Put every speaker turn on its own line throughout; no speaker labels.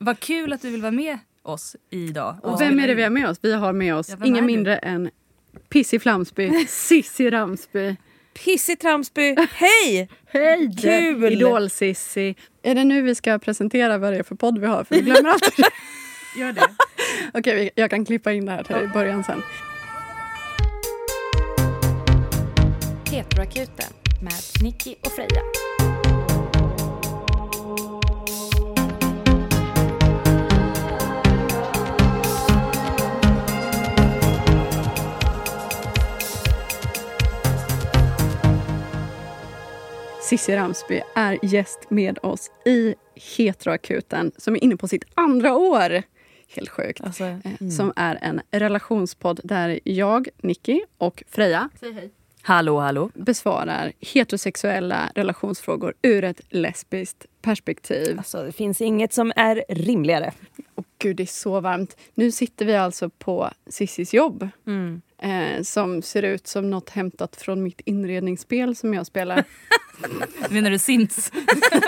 Vad kul att du vill vara med oss idag.
Och vem är det vi har med oss? Vi har med oss
Ja, vem är
ingen
du?
mindre än Pissi Flamsby, Sissi Ramsby.
Pissi Tramsby, hej!
Hej!
Kul!
eh, Idol-Sissi. Är det nu vi ska presentera vad det är för podd vi har? För vi glömmer alltid det.
Gör det.
Okej, vi- jag kan klippa in det här till i början sen.
Petroakuten med Nicky och Freja.
Sissi Ramsby är gäst med oss i Heteroakuten som är inne på sitt andra år. Helt sjukt.
Alltså,
Eh, Som
Mm.
är en relationspodd där jag, Nicky och Freja
Hallå, hallå.
besvarar heterosexuella relationsfrågor ur ett lesbiskt perspektiv.
alltså, det finns inget som är rimligare.
Och gud, det är så varmt. Nu sitter vi alltså på Sissis jobb
Mm.
eh, som ser ut som något hämtat från mitt inredningsspel som jag spelar.
Menar du Sims?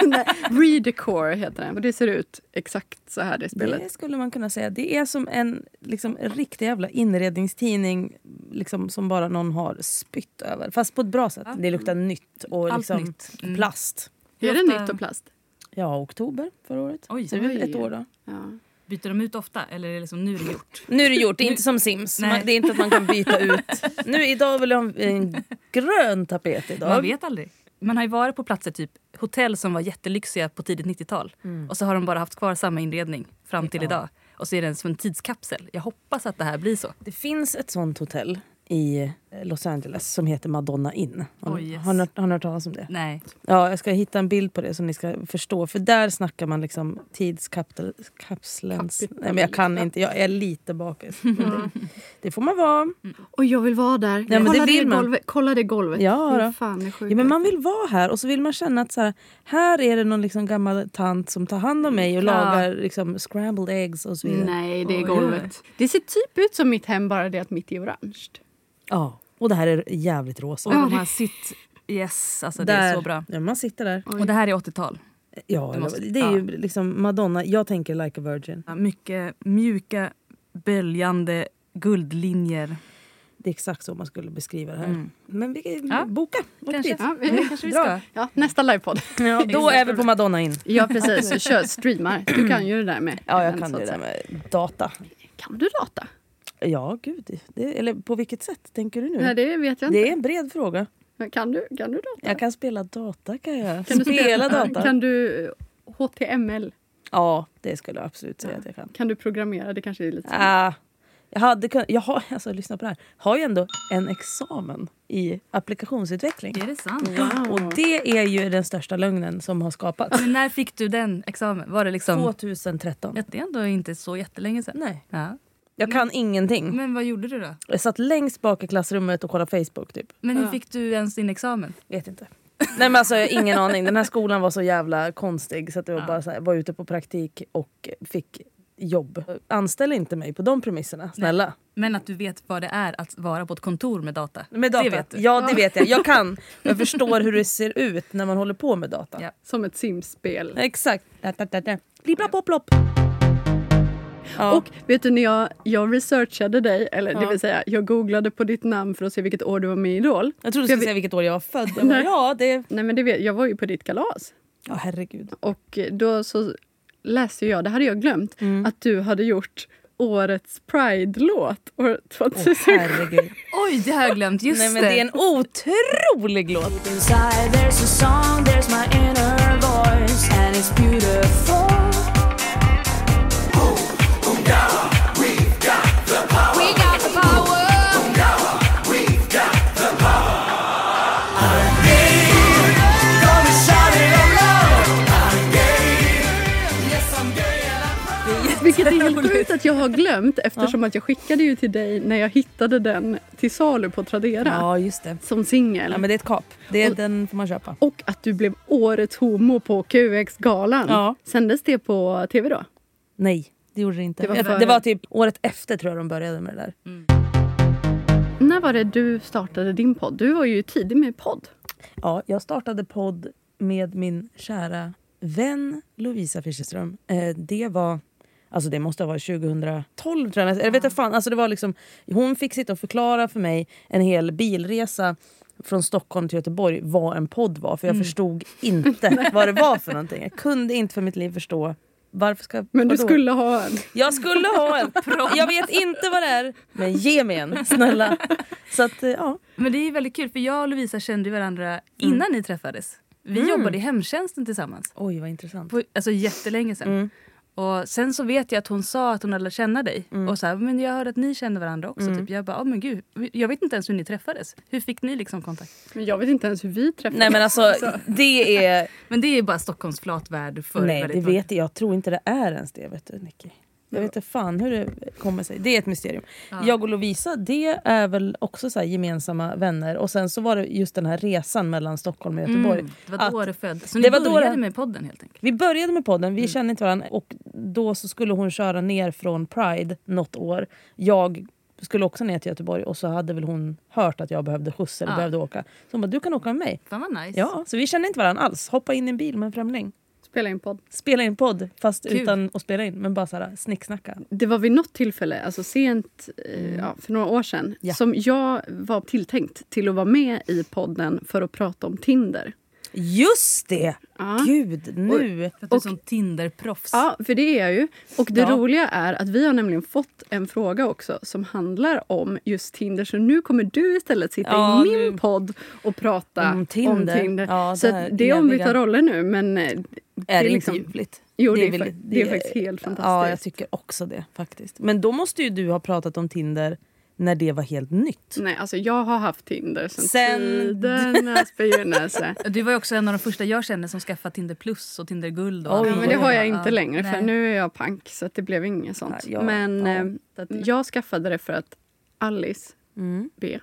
Nej, Redecore heter den. Och det ser ut exakt så här, det spelet.
Det skulle man kunna säga. Det är som en liksom, riktig jävla inredningstidning liksom, som bara någon har spytt över. Fast på ett bra sätt. Det luktar Mm. nytt och
Allt
liksom,
nytt. Mm.
plast.
Är det
Ofta-
nytt och plast?
Ja, oktober förra året.
Oj,
Så det är väl
Oj.
ett år då.
Ja.
byter de ut ofta? Eller är det liksom nu är det gjort?
Nu är det gjort, det är inte som Sims.
Nej.
Man, det är inte att man kan byta ut. Nu, idag vill jag ha en, en grön tapet
Man
idag.
vet aldrig. Man har ju varit på platser, typ hotell som var jättelyxiga på tidigt 90-tal.
Mm.
Och så har de bara haft kvar samma inredning fram till idag. Och så är den som en tidskapsel. Jag hoppas att det här blir så.
Det finns ett sånt hotell i eh, Los Angeles som heter Madonna Inn. Har,
Oj, yes.
har, ni, har ni hört talas om det?
Nej.
Ja, jag ska hitta en bild på det så ni ska förstå. För där snackar man liksom tidskapslens...
Kapitel.
Nej men jag kan inte, jag är lite bakis. Men det, det får man
Mm.
vara.
Och jag vill vara där.
men
kolla,
det vill man.
golvet. kolla det golvet.
Ja,
Hur
då.
fan är sjukt.
Ja, men man vill vara här och så vill man känna att så här, här är det någon liksom gammal tant som tar hand om mig och
Ja.
lagar liksom scrambled eggs och så vidare.
Nej, det är
Oj.
golvet. Det ser typ ut som mitt hem, bara det att mitt är orange.
Ja, och det här är jävligt rosa.
Och de här sitt... Yes, alltså det är Mm. så bra.
Ja, man sitter där.
Och det här är 80-tal.
Ja,
Du måste-
det är ju liksom Madonna. Jag tänker like a virgin.
Mycket mjuka, böljande guldlinjer.
Det är exakt så man skulle beskriva det här.
Mm.
Men vi kan
Ja.
boka. Åk
Kanske.
dit.
Ja,
Kanske vi
Bra.
ska.
ja, nästa livepodd.
Ja, då är vi på Madonna in.
Ja, precis. Kör streamar. Du kan ju det där med.
Ja, jag
event,
kan
så
det
att
där
säga.
med data.
Kan du data?
Ja, gud. Det, eller på vilket sätt tänker du nu?
Nej,
Mm. det,
det vet jag inte.
är en bred fråga.
Men kan du, kan du data?
Jag kan spela data. kan jag.
Kan du
spela data?
Kan du eh, HTML?
Ja, det skulle jag absolut säga
Ja.
att jag kan.
Kan du programmera? Det kanske är lite...
Ah, jag hade kunnat... Jag har, alltså, lyssna på det här. har ju ändå en examen i applikationsutveckling.
Är det sant?
Wow.
Och det är ju den största lögnen som har
Alltså,
skapats.
Men när fick du den examen? Var det liksom...
2013.
Ja, Det är ändå inte så jättelänge sedan. Mm.
Nej,
Ja.
jag
Mm.
kan ingenting.
Men vad gjorde du då?
Jag satt längst bak i klassrummet och kollade Facebook typ.
Men hur fick du ens din examen?
Vet inte. Nej men alltså jag har ingen aning. Den här skolan var så jävla konstig så att jag bara så här, var ute på praktik och fick jobb. Anställ inte mig på de premisserna, snälla.
Men att du vet vad det är att vara på ett kontor med data.
Med data.
Det vet du.
Ja det vet jag. Jag kan. Jag förstår hur det ser ut när man håller på med data.
Ja.
Som ett simspel.
Exakt. Da, da, da, da. Blibla pop plopp. Ja.
Och vet du när jag, jag researchade dig, eller det
Ja.
vill säga jag googlade på ditt namn för att se vilket år du var med i Idol.
jag trodde
Ska
du skulle
vi-
säga vilket år jag var född. Jag bara, ja det...
Nej men det vet, jag var ju på ditt kalas.
Ja herregud.
Och då så läste jag, det hade jag glömt,
Mm.
att du hade gjort årets Pride-låt år 2007.
Herregud.
Oj, det har jag glömt. Just
Nej men det är en otrolig låt.
Inside there's a song, there's my inner voice, and it's beautiful.
We got the power!
Gonna shout it out loud.
Vilket är helt sjukt att jag har glömt eftersom att jag skickade ju till dig när jag hittade den till salu på Tradera
Ja just det.
som singel.
Ja men det är ett kap. Det är,
Och-
den får man köpa.
Och att du blev årets homo på QX-galan.
Ja.
Sändes det på tv då?
Nej, det gjorde det inte.
Det var
Jag-
före.
det var typ året efter tror jag de började med det där.
När var det du startade din podd? Du var ju tidig med podd.
Ja, jag startade podd med min kära vän Lovisa Fischerström, eh, det var... Alltså det måste ha varit 2012 tror jag. Eller vet jag fan. Alltså det var liksom, hon fick sitta och förklara för mig en hel bilresa från Stockholm till Göteborg vad en podd var. För
Mm.
jag förstod inte vad det var för någonting. Jag kunde inte för mitt liv förstå varför ska...
Men du
vadå?
skulle ha en.
Jag skulle ha en! Jag vet inte vad det är, men ge mig en snälla. Så att, eh, ja.
Men det är väldigt kul för jag och Lovisa kände ju varandra innan ni träffades. Vi jobbade i hemtjänsten tillsammans.
Oj vad intressant.
På, alltså jättelänge sedan.
Mm.
Och sen så vet jag att hon sa att hon hade lärt känna dig.
Mm.
Och så här, men jag hörde att ni kände varandra också. Typ. Jag bara, oh, men gud. Jag vet inte ens hur ni träffades. Hur fick ni liksom kontakt?
Men jag vet inte ens hur vi träffades.
Nej men alltså det är...
Men det är bara Stockholms flatvärld för
Nej det
väldigt många.
vet jag, jag tror inte det är ens det vet du Nicky. Jag vet inte fan hur det kommer sig. Det är ett mysterium. Jag och Lovisa det är väl också så här gemensamma vänner. Och sen så var det just den här resan mellan Stockholm och Göteborg.
Mm, det var då
Att-
du föddes. Så ni
Det var då
började
det-
med podden helt enkelt.
Vi började med podden, vi kände inte varandra och då så skulle hon köra ner från Pride något år. Jag skulle också ner till Göteborg och så hade väl hon hört att jag behövde skjuts eller
Ja.
behövde åka. Så hon bara, du kan åka med mig.
Fan vad nice.
Ja, så vi kände inte varandra alls. Hoppa in i en bil med en främling.
Spela in podd.
Spela in podd, fast
Kul.
utan att spela in, men bara så här, snicksnacka.
Det var vid något tillfälle, alltså sent eh, ja, för några år sedan,
Mm. Ja.
som jag var tilltänkt till att vara med i podden för att prata om Tinder.
Just det!
Ja.
Gud, nu!
För att du är sån Tinder-proffs.
Ja, för det är jag ju. Och det
Ja.
roliga är att vi har nämligen fått en fråga också som handlar om just Tinder. Så nu kommer du istället sitta
Ja,
i min
nu.
podd och prata
Om
om
Mm, Tinder.
Tinder.
Ja,
så
det här
att det är ombytta
eviga.
roller nu, men eh,
Det är,
är
det
liksom-
inte ljuvligt?
jo, det,
Det är
är,
väl-
fa- det,
det
är faktiskt helt
Ja, jag
fantastiskt.
tycker också det faktiskt. Men då måste ju du ha pratat om Tinder när det var helt nytt.
Nej, alltså jag har haft Tinder sedan
Sen-
tidernas begynnelse.
Du var ju också en av de första jag kände som skaffade Tinder plus och Tinder guld. Och
Oj,
allt.
Ja, men det har jag
Ja,
inte längre, för
nej.
nu är jag pank. Så att det blev inget sånt.
Ja, ja,
men
ja.
eh, så att jag skaffade det för att Alice
Mm,
B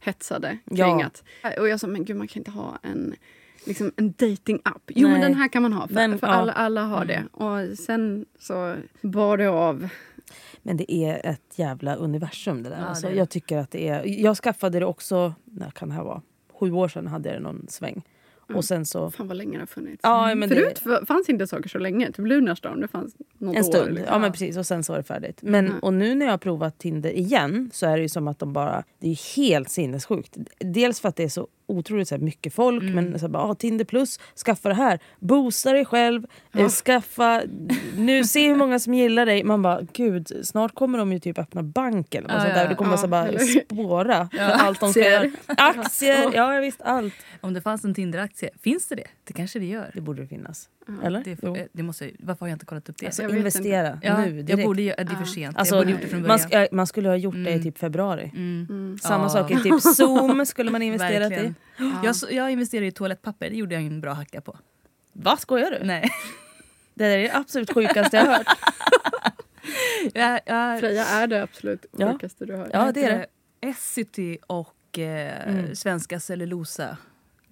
hetsade kring
Ja.
att... Och jag sa, men gud man kan inte ha en, liksom, en dating app. Jo, men
Nej.
den här kan man ha, för,
Men,
för
ja. Mm.
alla, alla har det. Och sen så bar det av.
Men det är ett jävla universum det där.
Ja,
alltså,
det är det.
Jag tycker att det är... Jag skaffade det också, när kan det här vara? Sju år sedan hade jag det någon sväng.
Mm.
Och sen så...
Fan vad länge det har funnits. Mm.
Ja, men det,
Förut f- fanns inte saker så länge. Typ Lunarstorm, det fanns något
en
år.
stund.
liksom.
Ja, men precis. Och sen så var det färdigt. Men,
Mm.
Och nu när jag har provat Tinder igen så är det ju som att de bara... Det är ju helt sinnessjukt. Dels för att det är så otroligt så här, mycket folk.
Mm.
Men så här, bara, ah, Tinder plus, skaffa det här. Boosta dig själv. Eh, skaffa... Nu, se hur många som gillar dig. Man bara, gud, snart kommer de ju typ öppna banken. Och
Ja,
sånt
ja,
där.
ja.
Då kommer man så
Ja,
bara
eller-
spåra för allt de ska göra.
Aktier.
Aktier! Ja, jag visst. Allt.
Om det fanns en Tinder-aktie, finns det det? Det kanske det gör.
Det borde det finnas. Eller?
Det,
Jo.
får- eh, det måste, varför har jag inte kollat upp det?
Alltså,
Så
Jag vet
investera
ja,
nu direkt.
jag borde, gö- det är för sent.
Alltså,
jag borde gjort det från
man,
början.
sk- ja, man skulle ha gjort det i typ februari.
Mm.
Samma
Mm. Ja.
sak i typ Zoom skulle man investerat i.
Verkligen. Jag, s- jag investerade i toalettpapper, det gjorde jag en bra hacka på.
Vad skojar du?
Nej.
Det där är det absolut sjukaste jag hört.
Jag, jag,
Freja är det absolut
Ja.
sjukaste du har.
Ja, det är det. Mm.
Essity och eh, Svenska Cellulosa.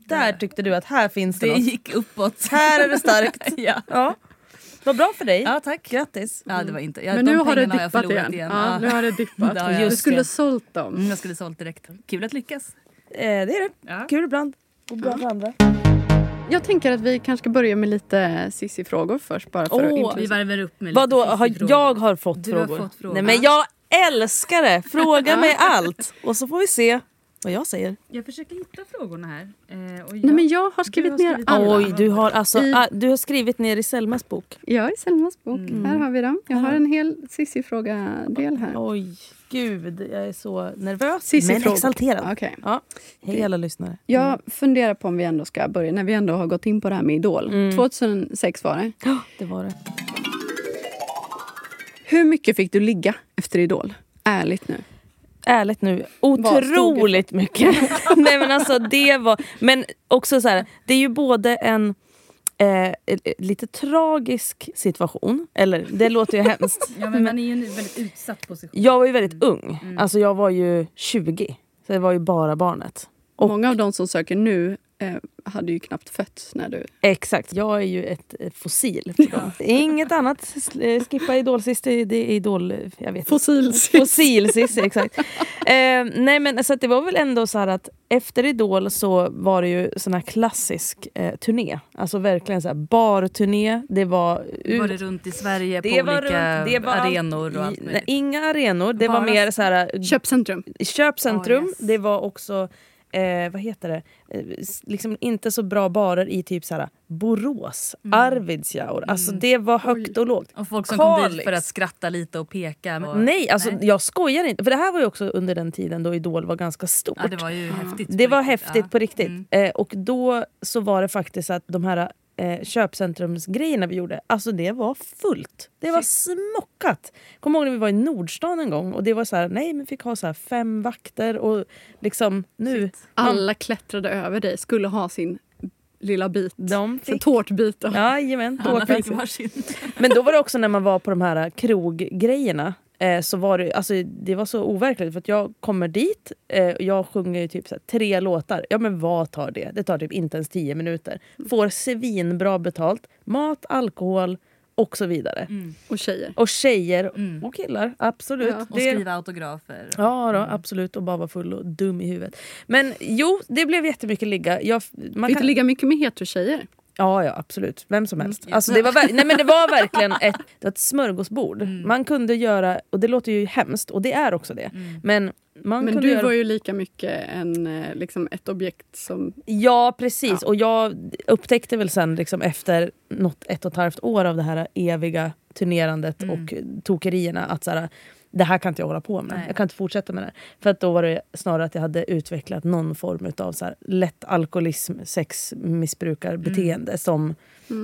Där tyckte du att här finns det,
Det
något.
gick uppåt.
Här är det starkt.
ja.
Ja. Vad bra för dig.
ja, tack.
Grattis.
Ja, det var inte. Ja,
Men nu
de
har det
pengarna jag
dippat
förlorat
igen. Ja,
Ja.
Nu har det dippat.
Det har jag.
du
Just
skulle
det.
ha sålt dem.
Mm, Jag skulle sålt direkt. Kul att lyckas.
Eh, det är det.
Ja.
Kul ibland. Och bra för andra.
Jag tänker att vi kanske ska börja med lite Cissi-frågor först. Bara för
Åh,
att
Vi
introducera.
varvar upp med lite
Vadå, har,
fiffig fråga.
jag har fått
Du har
frågor.
fått frågor.
Nej, men jag älskar det! Fråga mig allt. Och så får vi se vad jag säger.
Jag försöker hitta frågorna här. Eh, och
Nej, men jag
Du
har skrivit
har
ner
skrivit
alla.
alla.
Oj, du har, alltså,
I-
ah, du har skrivit ner i Selmas bok.
Ja, i Selmas bok.
Mm.
Här har vi dem. Jag har en hel Cissi-fråga-del här.
Oj, gud. Jag är så nervös men
Cissi-frågor.
exalterad.
Okej.
Ja. Hej alla lyssnare.
Jag funderar på om vi ändå ska börja, när vi ändå har gått in på det här med Idol.
Mm.
2006 var det.
Det var det.
Hur mycket fick du ligga efter Idol? Ärligt nu.
Ärligt nu,
stod det för?
otroligt mycket. Nej men alltså det var... Men också så här, det är ju både en eh, lite tragisk situation, eller det låter ju hemskt.
Ja, men man är ju i en väldigt utsatt position.
Jag var ju väldigt ung, alltså jag var ju 20. Så det var ju bara barnet. Och-
Många av de som söker nu eh, hade ju knappt fötts när du...
Exakt, jag är ju ett eh, fossil. för dem. Inget annat, S- eh, skippa idol sist, det det är idol... Jag vet inte.
Fossil.
Fossil Cissi, exakt. Eh, nej men så att det var väl ändå så här att efter Idol så var det ju sån här klassisk eh, turné. Alltså verkligen så här barturné. Det var... ut-
Var det runt i Sverige
det
på
var
olika
runt- det var
arenor och allt
i- nej,
möjligt?
Inga arenor, det
Bara-
var mer så här eh,
Köpcentrum.
köpcentrum.
Oh, yes.
Det var också, eh, vad heter det, eh, s- liksom inte så bra barer i typ så här, Borås,
Mm.
Arvidsjaur. Alltså det var högt och lågt.
Och folk som kom dit
Kalix.
för att skratta lite och peka. Och,
Nej, alltså
Nej.
jag skojar inte. För det här var ju också under den tiden då Idol var ganska stort.
Ja, det var ju häftigt.
Det
på
var
riktigt,
häftigt
ja.
på riktigt.
Mm.
Eh, och då så var det faktiskt att de här eh, köpcentrumsgrejerna vi gjorde, alltså det var fullt. Det var smockat. Kommer ihåg när vi var i Nordstan en gång och det var så här, nej men fick ha så här fem vakter och liksom nu.
Alla klättrade över dig, skulle ha sin lilla bit. Alltså
De
Sin
fick...
tårtbit.
Jajamän,
Alla
tårta.
fick varsin.
Men då var det också när man var på de här äh, kroggrejerna. Eh, så var det, alltså, det var så overkligt för att jag kommer dit eh, och jag sjunger ju typ så här, tre låtar. Ja men vad tar det? Det tar typ inte ens tio minuter. Får svinbra betalt. Mat, alkohol och så vidare.
Och tjejer.
Och tjejer
Mm.
och killar, absolut.
Ja,
Och skriva autografer.
Ja, då, absolut. Och bara vara full och dum i huvudet. Men jo, det blev jättemycket ligga. Jag, man
Man kan...
kan,
inte ligga mycket med heterotjejer.
Ja, ja absolut. Vem som
Mm.
helst. Alltså, det, var ver- nej, men det var verkligen ett, det var ett smörgåsbord.
Mm.
Man kunde göra, och det låter ju hemskt, och det är också det.
Mm.
Men man
Men
kunde
du
göra...
var ju lika mycket en, eh, liksom ett objekt som...
Ja, precis. Och jag upptäckte väl sen liksom, efter något ett och ett halvt år av det här eviga turnerandet
Mm.
och tokerierna att så här, det här kan inte jag hålla på med.
Nej.
Jag kan inte fortsätta med det här. För att då var det snarare att jag hade utvecklat någon form av så här, lätt alkoholism, sexmissbrukarbeteende
Mm.
som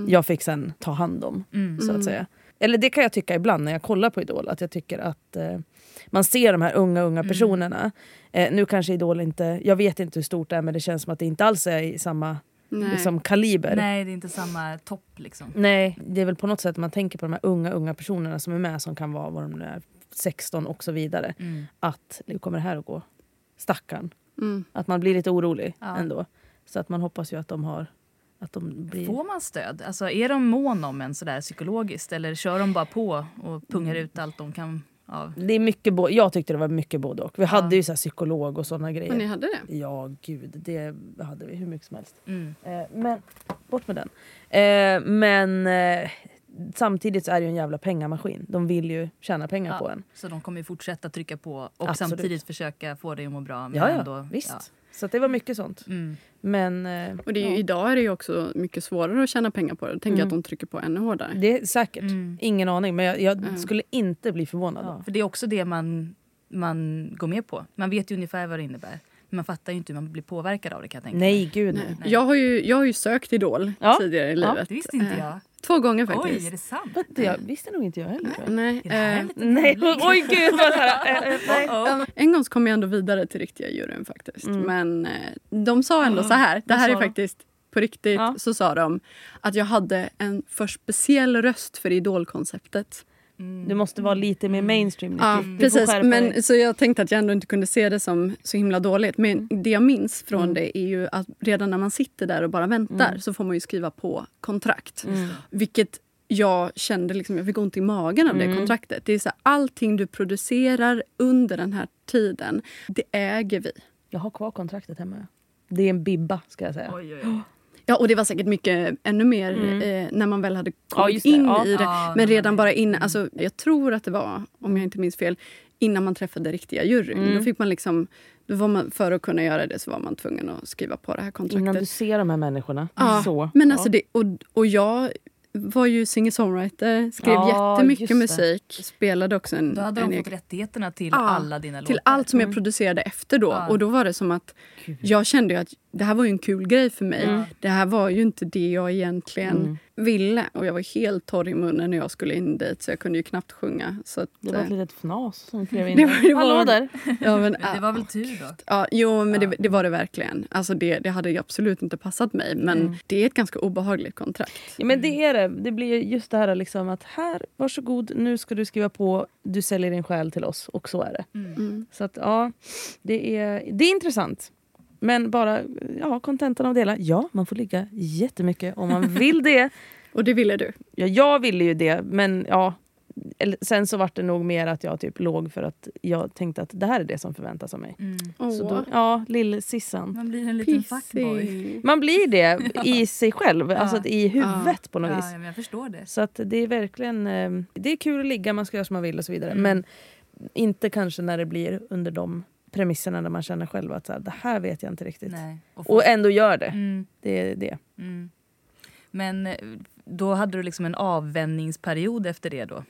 jag fick sen ta hand om.
Mm.
Så att säga. Eller det kan jag tycka ibland när jag kollar på Idol, att jag tycker att eh, man ser de här unga,
Mm.
unga personerna. Eh, nu kanske Idol inte, jag vet inte hur stort det är men det känns som att det inte alls är i samma
Nej.
liksom, kaliber.
Nej, det är inte samma topp liksom.
Nej, det är väl på något sätt man tänker på de här unga, unga personerna som är med som kan vara vad de nu är, 16 och så vidare.
Mm.
Att nu kommer det här att gå. Stackarn.
Mm.
Att man blir lite orolig
Ja.
ändå. Så att man hoppas ju att de har... Att de blir...
Får man stöd? Alltså, är de mån om en sådär psykologiskt eller kör de bara på och pungar ut allt de kan av?
Det är mycket bo- jag tyckte det var mycket både och. Vi hade ju så här psykolog och såna
Men ni
grejer.
hade det?
Ja, gud. Det hade vi hur mycket som helst.
Mm.
Eh, men, bort med den. Eh, men eh, samtidigt så är det ju en jävla pengamaskin. De vill ju tjäna pengar
Ja,
på en.
Så de kommer ju fortsätta trycka på och
Absolut.
samtidigt försöka få dig att må bra. Men
Ja, ja.
ändå,
visst.
ja.
Så att det var mycket sånt.
Mm.
Men eh,
Och det är ju, idag är det ju också mycket svårare att tjäna pengar på det. Då tänker jag att de trycker på ännu hårdare.
det är säkert.
Mm.
Ingen aning. Men jag, jag
Mm.
skulle inte bli förvånad.
För det är också det man, man går med på. Man vet ju ungefär vad det innebär. Men man fattar ju inte hur man blir påverkad av det kan jag tänka mig.
Nej, gud nej.
Jag har ju, jag har ju sökt Idol
Ja.
tidigare i
Ja,
livet.
Det visste inte
Eh,
jag.
Två gånger faktiskt.
Oj, är det sant?
Det jag visste nog inte jag heller. tror jag.
Nej,
Är det här
eh,
lite
Nej,
roligt?
oj gud. Vad så här, eh, eh, nej.
Ja, En gång så kom jag ändå vidare till riktiga juryn faktiskt. Men eh, de sa ändå så här, det här är
sa Mm. Ah, de?
faktiskt på riktigt,
Ja.
så sa de att jag hade en för speciell röst för idolkonceptet.
Du måste vara lite mer mainstream. Nicky.
Mm. Ja,
Du får
precis.
skärpa dig.
Men, så jag tänkte att jag ändå inte kunde se det som så himla dåligt. Men
Mm.
det jag minns från det är ju att redan när man sitter där och bara väntar
Mm.
så får man ju skriva på kontrakt. Vilket jag kände liksom, jag fick ont i magen av
Mm.
det kontraktet. Det är så här, allting du producerar under den här tiden, det äger vi.
Jag har kvar kontraktet hemma. Det är en bibba ska jag säga.
Oj, oj, oj.
Ja, och det var säkert mycket ännu mer eh, när man väl hade kommit
just det.
in
Mm. Ja.
i det.
Ja,
Men
det var
redan bara
Mm.
innan, alltså, jag tror att det var, om jag inte minns fel, innan man träffade riktiga juryn.
Mm.
Då fick man liksom, då var man, för att kunna göra det så var man tvungen att skriva på det här
Innan du
kontraktet.
ser de här människorna.
Ja,
Så.
Men alltså det, och, och jag var ju singer-songwriter, skrev
Ja,
jättemycket
just det.
musik, spelade också en,
Då hade
en
de
egen-
fått rättigheterna till
Ja,
alla dina
till
låtar.
allt som
Mm.
jag producerade efter då.
Ja.
Och då var det som att jag kände ju att det här var ju en kul grej för mig.
Mm.
Det här var ju inte det jag egentligen ville. Och jag var helt torr i munnen när jag skulle in dit så jag kunde ju knappt sjunga. Så att,
Det var ett
eh,
litet fnas som klev in.
Det var- det var-
Hallå där!
ja, men,
Men det var väl tur då?
Ja, jo, men Det, det var det verkligen. Alltså det, det hade ju absolut inte passat mig. Men det är ett ganska obehagligt kontrakt.
Mm. Ja, men det är det. Det blir ju just det här liksom att här, varsågod, nu ska du skriva på, du säljer din själ till oss och så är
Mm.
det.
Mm.
Så att ja, det är, det är intressant. Men bara ja, kontentan av det hela. Ja, man får ligga jättemycket om man vill det.
Och det ville du.
Ja, jag ville ju det, men ja, eller, sen så var det nog mer att jag typ låg för att jag tänkte att det här är det som förväntas av mig. Så då, ja, lill-Sissan.
Mm. Man blir en liten fuckboy.
Pissig.
Man blir det i sig själv, alltså att i huvudet på något vis.
Ja, men jag förstår det.
Så att det är verkligen eh, det är kul att ligga, man ska göra som man vill och så vidare.
Mm.
Men inte kanske när det blir under de premisserna där man känner själv att så här, det här vet jag inte riktigt.
Nej. Och
Och ändå gör det.
mm,
Det är det.
mm. Men eh, då hade du liksom en avvänjningsperiod efter det då?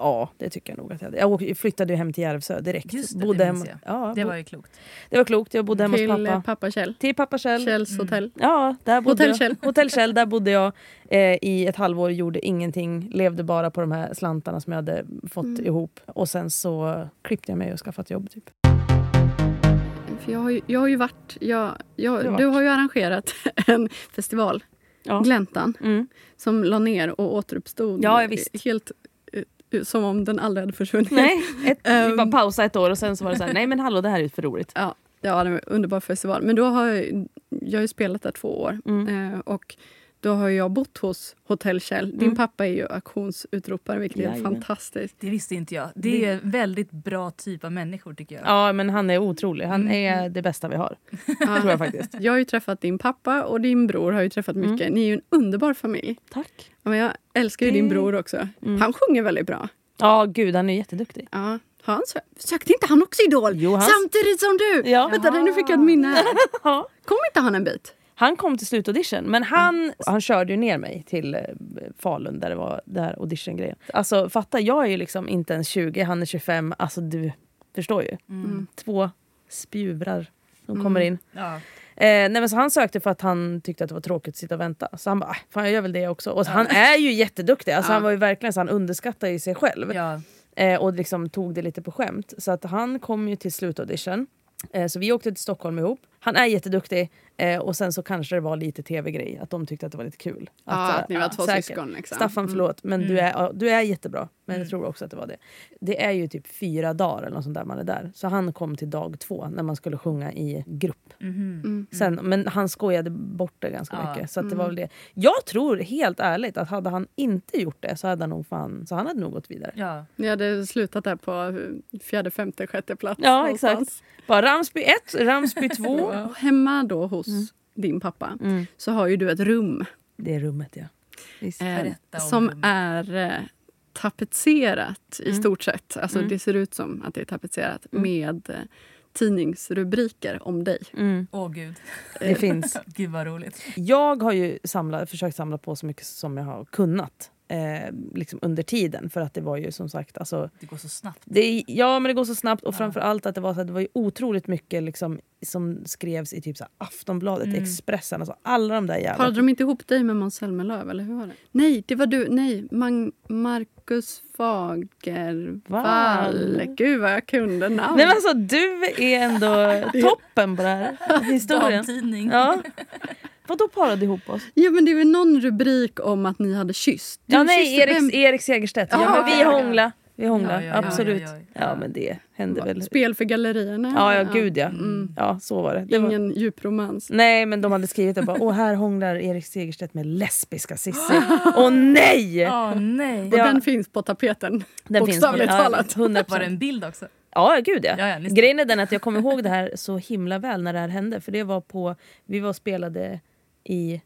Ja, det tycker jag nog att jag hade. Jag åkte- flyttade ju hem till Järvsö direkt.
Just det, det
hemma,
minns jag.
ja,
Det
bo-
var ju klokt.
det var klokt, jag bodde hemma
Till
hos
pappa,
pappa.
pappa Kjell.
Till pappa Kjell.
Kjells hotell.
Ja, där bodde
Hotell
jag-
Kjell.
Hotell Kjell. Där bodde jag eh, i ett halvår, gjorde ingenting. Levde bara på de här slantarna som jag hade fått
Mm.
ihop. Och sen så klippte jag mig och skaffade ett jobb. Typ.
För jag, har ju, jag har ju varit... Jag, jag,
Du har
du,
varit.
har ju arrangerat en festival,
Ja.
Gläntan,
Mm.
som la ner och återuppstod.
Ja, ja, visst.
Helt eh, som om den aldrig hade försvunnit.
Nej, ett, vi
Ehm.
bara pausa ett år och sen så var det så här, nej men hallå det här är ju för roligt.
Ja, ja det var en underbar festival. Men då har jag, jag har ju spelat där två år.
Mm.
Eh, och då har jag bott hos Hotell Kjell. Din pappa är ju auktionsutropare, vilket är
Mm. Jajamän.
fantastiskt.
Det visste inte jag. Det är en väldigt bra typ av människor tycker jag.
Ja men han är otrolig,
Mm.
han är det bästa vi har. Tror jag Mm. faktiskt.
Jag har ju träffat din pappa och din bror har ju träffat mycket. Ni är ju en underbar familj.
Tack.
Ja, men jag älskar ju din bror också.
Mm.
Han sjunger väldigt bra.
Ja gud han är jätteduktig.
Ja. Har han sö- sökte inte han också Idol?
Jo, han-
Samtidigt som du!
Ja.
Vänta, nu fick jag ett minne här.
Ja.
Kom inte han en bit?
Han kom till slutaudition men han, Mm. han körde ju ner mig till eh, Falun där det var det här audition-grejen. Alltså fatta, jag är ju liksom inte ens 20, han är 25. Alltså du förstår ju. Två spjuvrar som kommer in.
Ja.
Eh, nej men så han sökte för att han tyckte att det var tråkigt att sitta och vänta. Så han bara, "Ah, fan jag gör väl det också. Och så han är ju jätteduktig, alltså, han var ju verkligen så han underskattar ju sig själv.
Ja.
Eh, och liksom tog det lite på skämt. Så att han kom ju till slutaudition. Eh, så vi åkte till Stockholm ihop. Han är jätteduktig. Eh, och sen så kanske det var lite tv-grej, att de tyckte att det var lite kul.
Ja,
så här,
att ni var två
Alltså, säkert.
syskon, liksom.
Staffan,
Mm.
förlåt, men du, är, ja, du är jättebra. Men jag tror också att det var det. Det är ju typ fyra dagar eller något sånt där man är där. Så han kom till dag två när man skulle sjunga i grupp.
Mhm.
Mm.
Sen, men han skojade bort det ganska
Ja.
mycket. Så att det var väl det. Jag tror helt ärligt att hade han inte gjort det så hade han nog fan, så han hade nog gått vidare.
ja.
Ni hade slutat där på fjärde, femte, sjätte plats.
Ja,
någonstans.
exakt. Bara Ramsby 1, Ramsby 2.
Och hemma då hos
Mm.
din pappa så har ju du ett rum
Det är rummet, ja. Mm. Visst.
eh,
Berätta om
som
rummet.
är eh, tapetserat
Mm.
i stort sett. Alltså Det ser ut som att det är tapetserat med eh, tidningsrubriker om dig.
Åh gud.
Mm. Det finns.
Gud vad roligt.
Jag har ju samla, försökt samla på så mycket som jag har kunnat eh, liksom under tiden. För att det var ju som sagt... Alltså,
Det går så snabbt.
det, är- ja, men det går så snabbt. Och framför allt att det var, så här, det var ju otroligt mycket liksom, som skrevs i typ så här, Aftonbladet, Expressen. Alltså, alla de där jävla...
Parade de inte ihop dig med Måns Zelmerlöw? Eller hur var det? Nej, det var du. Nej, Mang- Marcus Fagervall.
Wall.
Gud, vad jag kunde namn.
Nej, men alltså, du är ändå toppen på den här historien.
Damtidning.
Ja. Vadå parade ihop oss?
Ja, men det är väl någon rubrik om att ni hade kysst. Du
ja, nej,
kysste-
Erik,
vem-
Erik Segerstedt. Ja,
Jaha,
men vi
okej, okej.
hångla. Vi hångla,
Ja, ja, ja,
absolut.
ja, ja,
Ja,
ja.
men det hände väl.
Spel för gallerierna.
Ja, ja, gud ja.
Mm.
Mm. Ja, så var det. det var... Mm,
Ingen djup romans.
Nej, men de hade skrivit det bara. Åh, här hånglar Erik Segerstedt med lesbiska Cissi. Åh nej!
Åh nej.
Och
Ja.
den finns på tapeten.
Den finns-
Bokstavligt
ja,
talat.
100%.
Var det en bild också?
Ja, gud ja.
Ja, ja, ni-
Grejen är den att jag kommer ihåg det här så himla väl när det här hände. För det var på, vi var och spelade i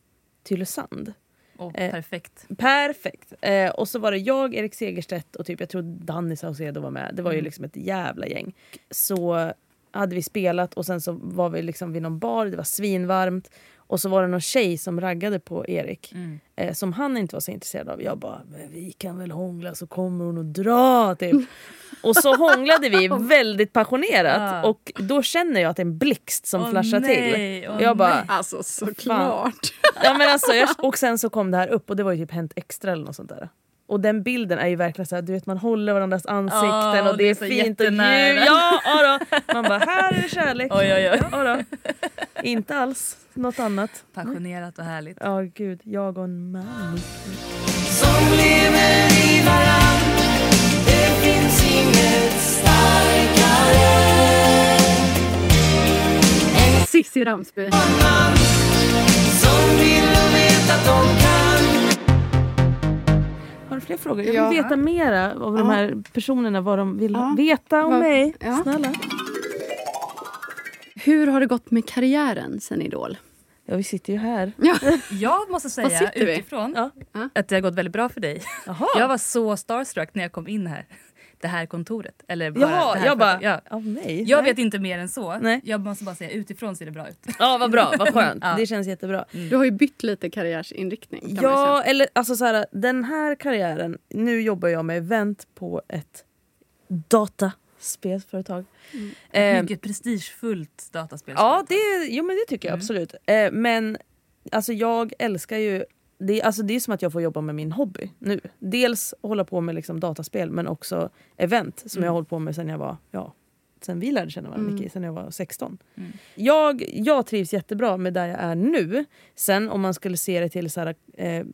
Tylösand.
Åh,
Eh.
perfekt.
Perfekt! Eh, och så var det jag, Erik Segerstedt och typ, jag tror Danny Saucedo var med. Det var ju
Mm.
liksom ett jävla gäng. Så hade vi spelat och sen så var vi liksom vid någon bar, det var svinvarmt. Och så var det någon tjej som raggade på Erik.
Mm.
Eh, som han inte var så intresserad av. Jag bara, men vi kan väl hångla så kommer hon att dra typ. Och så hånglade vi väldigt passionerat.
Ah.
Och då känner jag att det är en blixt som
Åh,
flashar
nej,
till.
åh,
Och jag bara,
nej.
Alltså såklart.
Ja, men alltså, jag, och sen så kom det här upp och det var ju typ Hänt Extra eller något sånt där. Och den bilden är ju verkligen så här, du vet man håller varandras ansikten
Ja,
och, det,
och det är
är
så
fint och
jättenära.
ljud. Ja, ja då. Man bara, här är det kärlek.
Oj, oj, oj.
Ja, då. Inte alls något annat.
Passionerat och härligt.
Ja gud, jag och en man.
Som lever i varann Det finns inget starkare
Sissi Ramsby.
Som vill och vet att de kan
Har fler frågor? Jag vill
Ja.
veta mera om de
Ja.
här personerna, vad de vill
Ja.
veta om
Vad-
mig.
ja.
Snälla.
Hur har det gått med karriären sen Idol?
Ja, vi sitter ju här.
Ja.
Jag måste
Var
säga
sitter vi?
utifrån
Ja.
Ja.
att det har gått väldigt bra för dig.
Jaha.
Jag var så starstruck när jag kom in här. Det här kontoret. Eller bara det
Jaha,
här
jag bara...
kontoret. Ja.
Av mig?
Jag vet inte mer än så.
Nej.
Jag måste bara säga utifrån ser det bra ut.
Ja, vad bra. Vad skönt.
Ja.
Det känns jättebra.
Du har ju bytt lite karriärsinriktning. Kan man ju
Ja, eller alltså så här, den här karriären... Nu jobbar jag med event på ett dataspelsföretag.
Mm.
Eh,
Mycket prestigefullt dataspel.
Ja, det, jo, men det tycker jag absolut. Eh, men alltså, jag älskar ju... Det, alltså, det är som att jag får jobba med min hobby nu. Dels hålla på med liksom, dataspel men också event som jag har hållit på med sen jag var... Ja, sen vi lärde känna varandra, Nicky, sen jag var 16. Jag, jag trivs jättebra med där jag är nu. Sen om man skulle se det till så här, eh,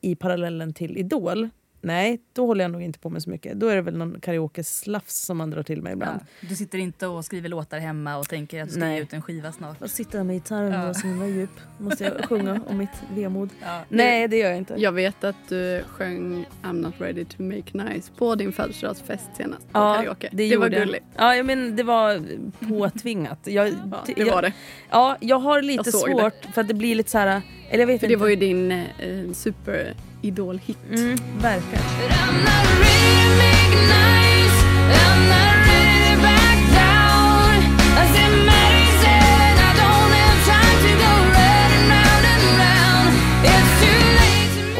i parallellen till Idol Nej, då håller jag nog inte på med så mycket. Då är det väl någon karaoke-slafs som man drar till med ibland.
Du sitter inte och skriver låtar hemma och tänker att du ska
Nej.
ge ut en skiva snart.
Att sitta med gitarren
Ja.
och som var djup. Måste jag sjunga om mitt vemod?
Ja.
Nej, det gör jag inte.
säga. Jag vet att du sjöng I'm not ready to make nice på din födelsedagsfest senast. På karaoke. det var
gjorde jag.
gulligt.
Ja, jag men det var påtvingat. Jag,
Det var det.
Ja, jag har lite
Jag såg det.
svårt för att det blir lite så här... Eller jag vet
För det
inte.
var ju din eh, superidol-hit.
Mm, verkar.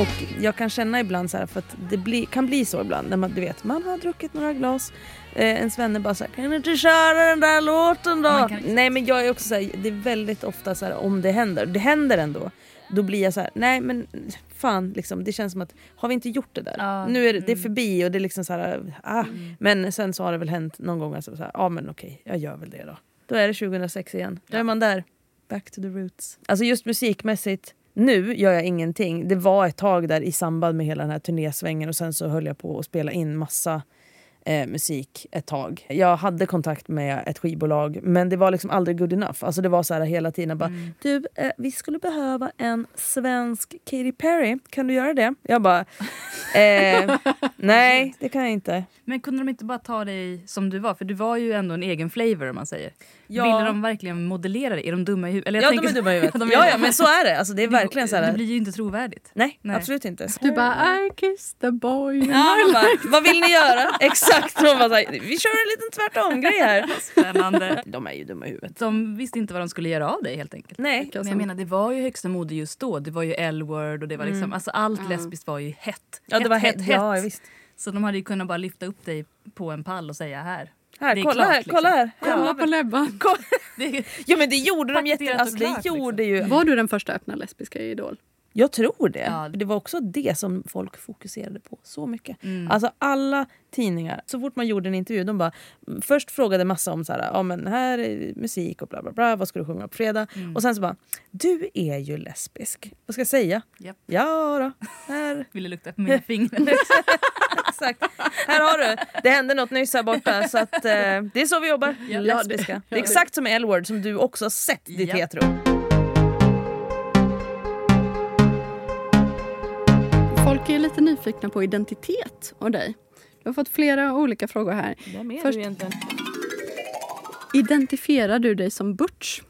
Och jag kan känna ibland så här, för att det bli, kan bli så ibland när man, du vet, man har druckit några glas. Eh, ens vänner bara så här, kan du inte köra den där låten då?
Man kan liksom- inte-
Nej men jag är också så här, det är väldigt ofta så här om det händer, det händer ändå. Då blir jag så här, nej men fan liksom, det känns som att har vi inte gjort det där?
Ja, mm.
nu är det, det är förbi och det är liksom så här, ah. Men sen så har det väl hänt någon gång, alltså så här, ja men okej, jag gör väl det då. Då är det 2006 igen, då är man där. Back to the roots. Alltså just musikmässigt, nu gör jag ingenting. Det var ett tag där i samband med hela den här turnésvängen och sen så höll jag på att spela in massa eh, musik ett tag. Jag hade kontakt med ett skivbolag men det var liksom aldrig good enough. Alltså det var så här hela tiden bara
Mm.
du, eh, vi skulle behöva en svensk Katy Perry, kan du göra det? Jag bara eh, nej, det kan jag inte.
Men kunde de inte bara ta dig som du var? För du var ju ändå en egen flavor om man säger.
Ja.
Ville de verkligen modellera dig? Är de dumma i huvudet? Eller jag
Ja,
tänker
de är
så-
dumma i huvudet.
de är
Ja,
det.
ja, men så är det. Alltså, det är verkligen så
Det
här.
blir ju inte trovärdigt.
Nej,
Nej.
absolut inte.
Du bara I kissed the boy.
Ja, man bara, vad vill ni göra? Exakt! Man bara, så här, vi kör en liten tvärtom-grej här.
Spännande.
De är ju dumma i huvudet.
De visste inte vad de skulle göra av dig helt enkelt.
Nej.
Men jag menar det var ju högsta mode just då. Det var ju L-word och det var liksom, alltså allt lesbiskt var ju hett.
Mm. Ja, det var hett. Ja, visst.
Så de hade ju kunnat bara lyfta upp dig på en pall och säga här.
Här,
Det är
kolla,
klart,
här,
liksom.
kolla här.
Kolla på Lebban.
Det,
Ja men det gjorde de
Pakterat
jätte...
och
Alltså, det
klart,
gjorde ju...
Var du den första öppna lesbiska i Idol?
Jag tror det.
Ja.
Det var också det som folk fokuserade på så mycket.
Mm.
Alltså alla tidningar, så fort man gjorde en intervju, de bara... Först frågade massa om så här, ja men här är musik och bla bla bla, vad ska du sjunga på fredag?
Mm.
Mm. Och sen så bara, du är ju lesbisk. Vad ska jag säga?
Japp.
Ja då, här
ville lukta på mina fingrar.
Exakt. Här har du. Det hände något nyss här borta. Så att, eh, det är så vi jobbar.
Ja, det-
Lesbiska. Det är exakt som L-word som du också har sett i ditt
Ja.
hetero.
Folk är lite nyfikna på identitet och dig. Du har fått flera olika frågor här.
Vem är
Först-
egentligen?
Identifierar du dig som butch?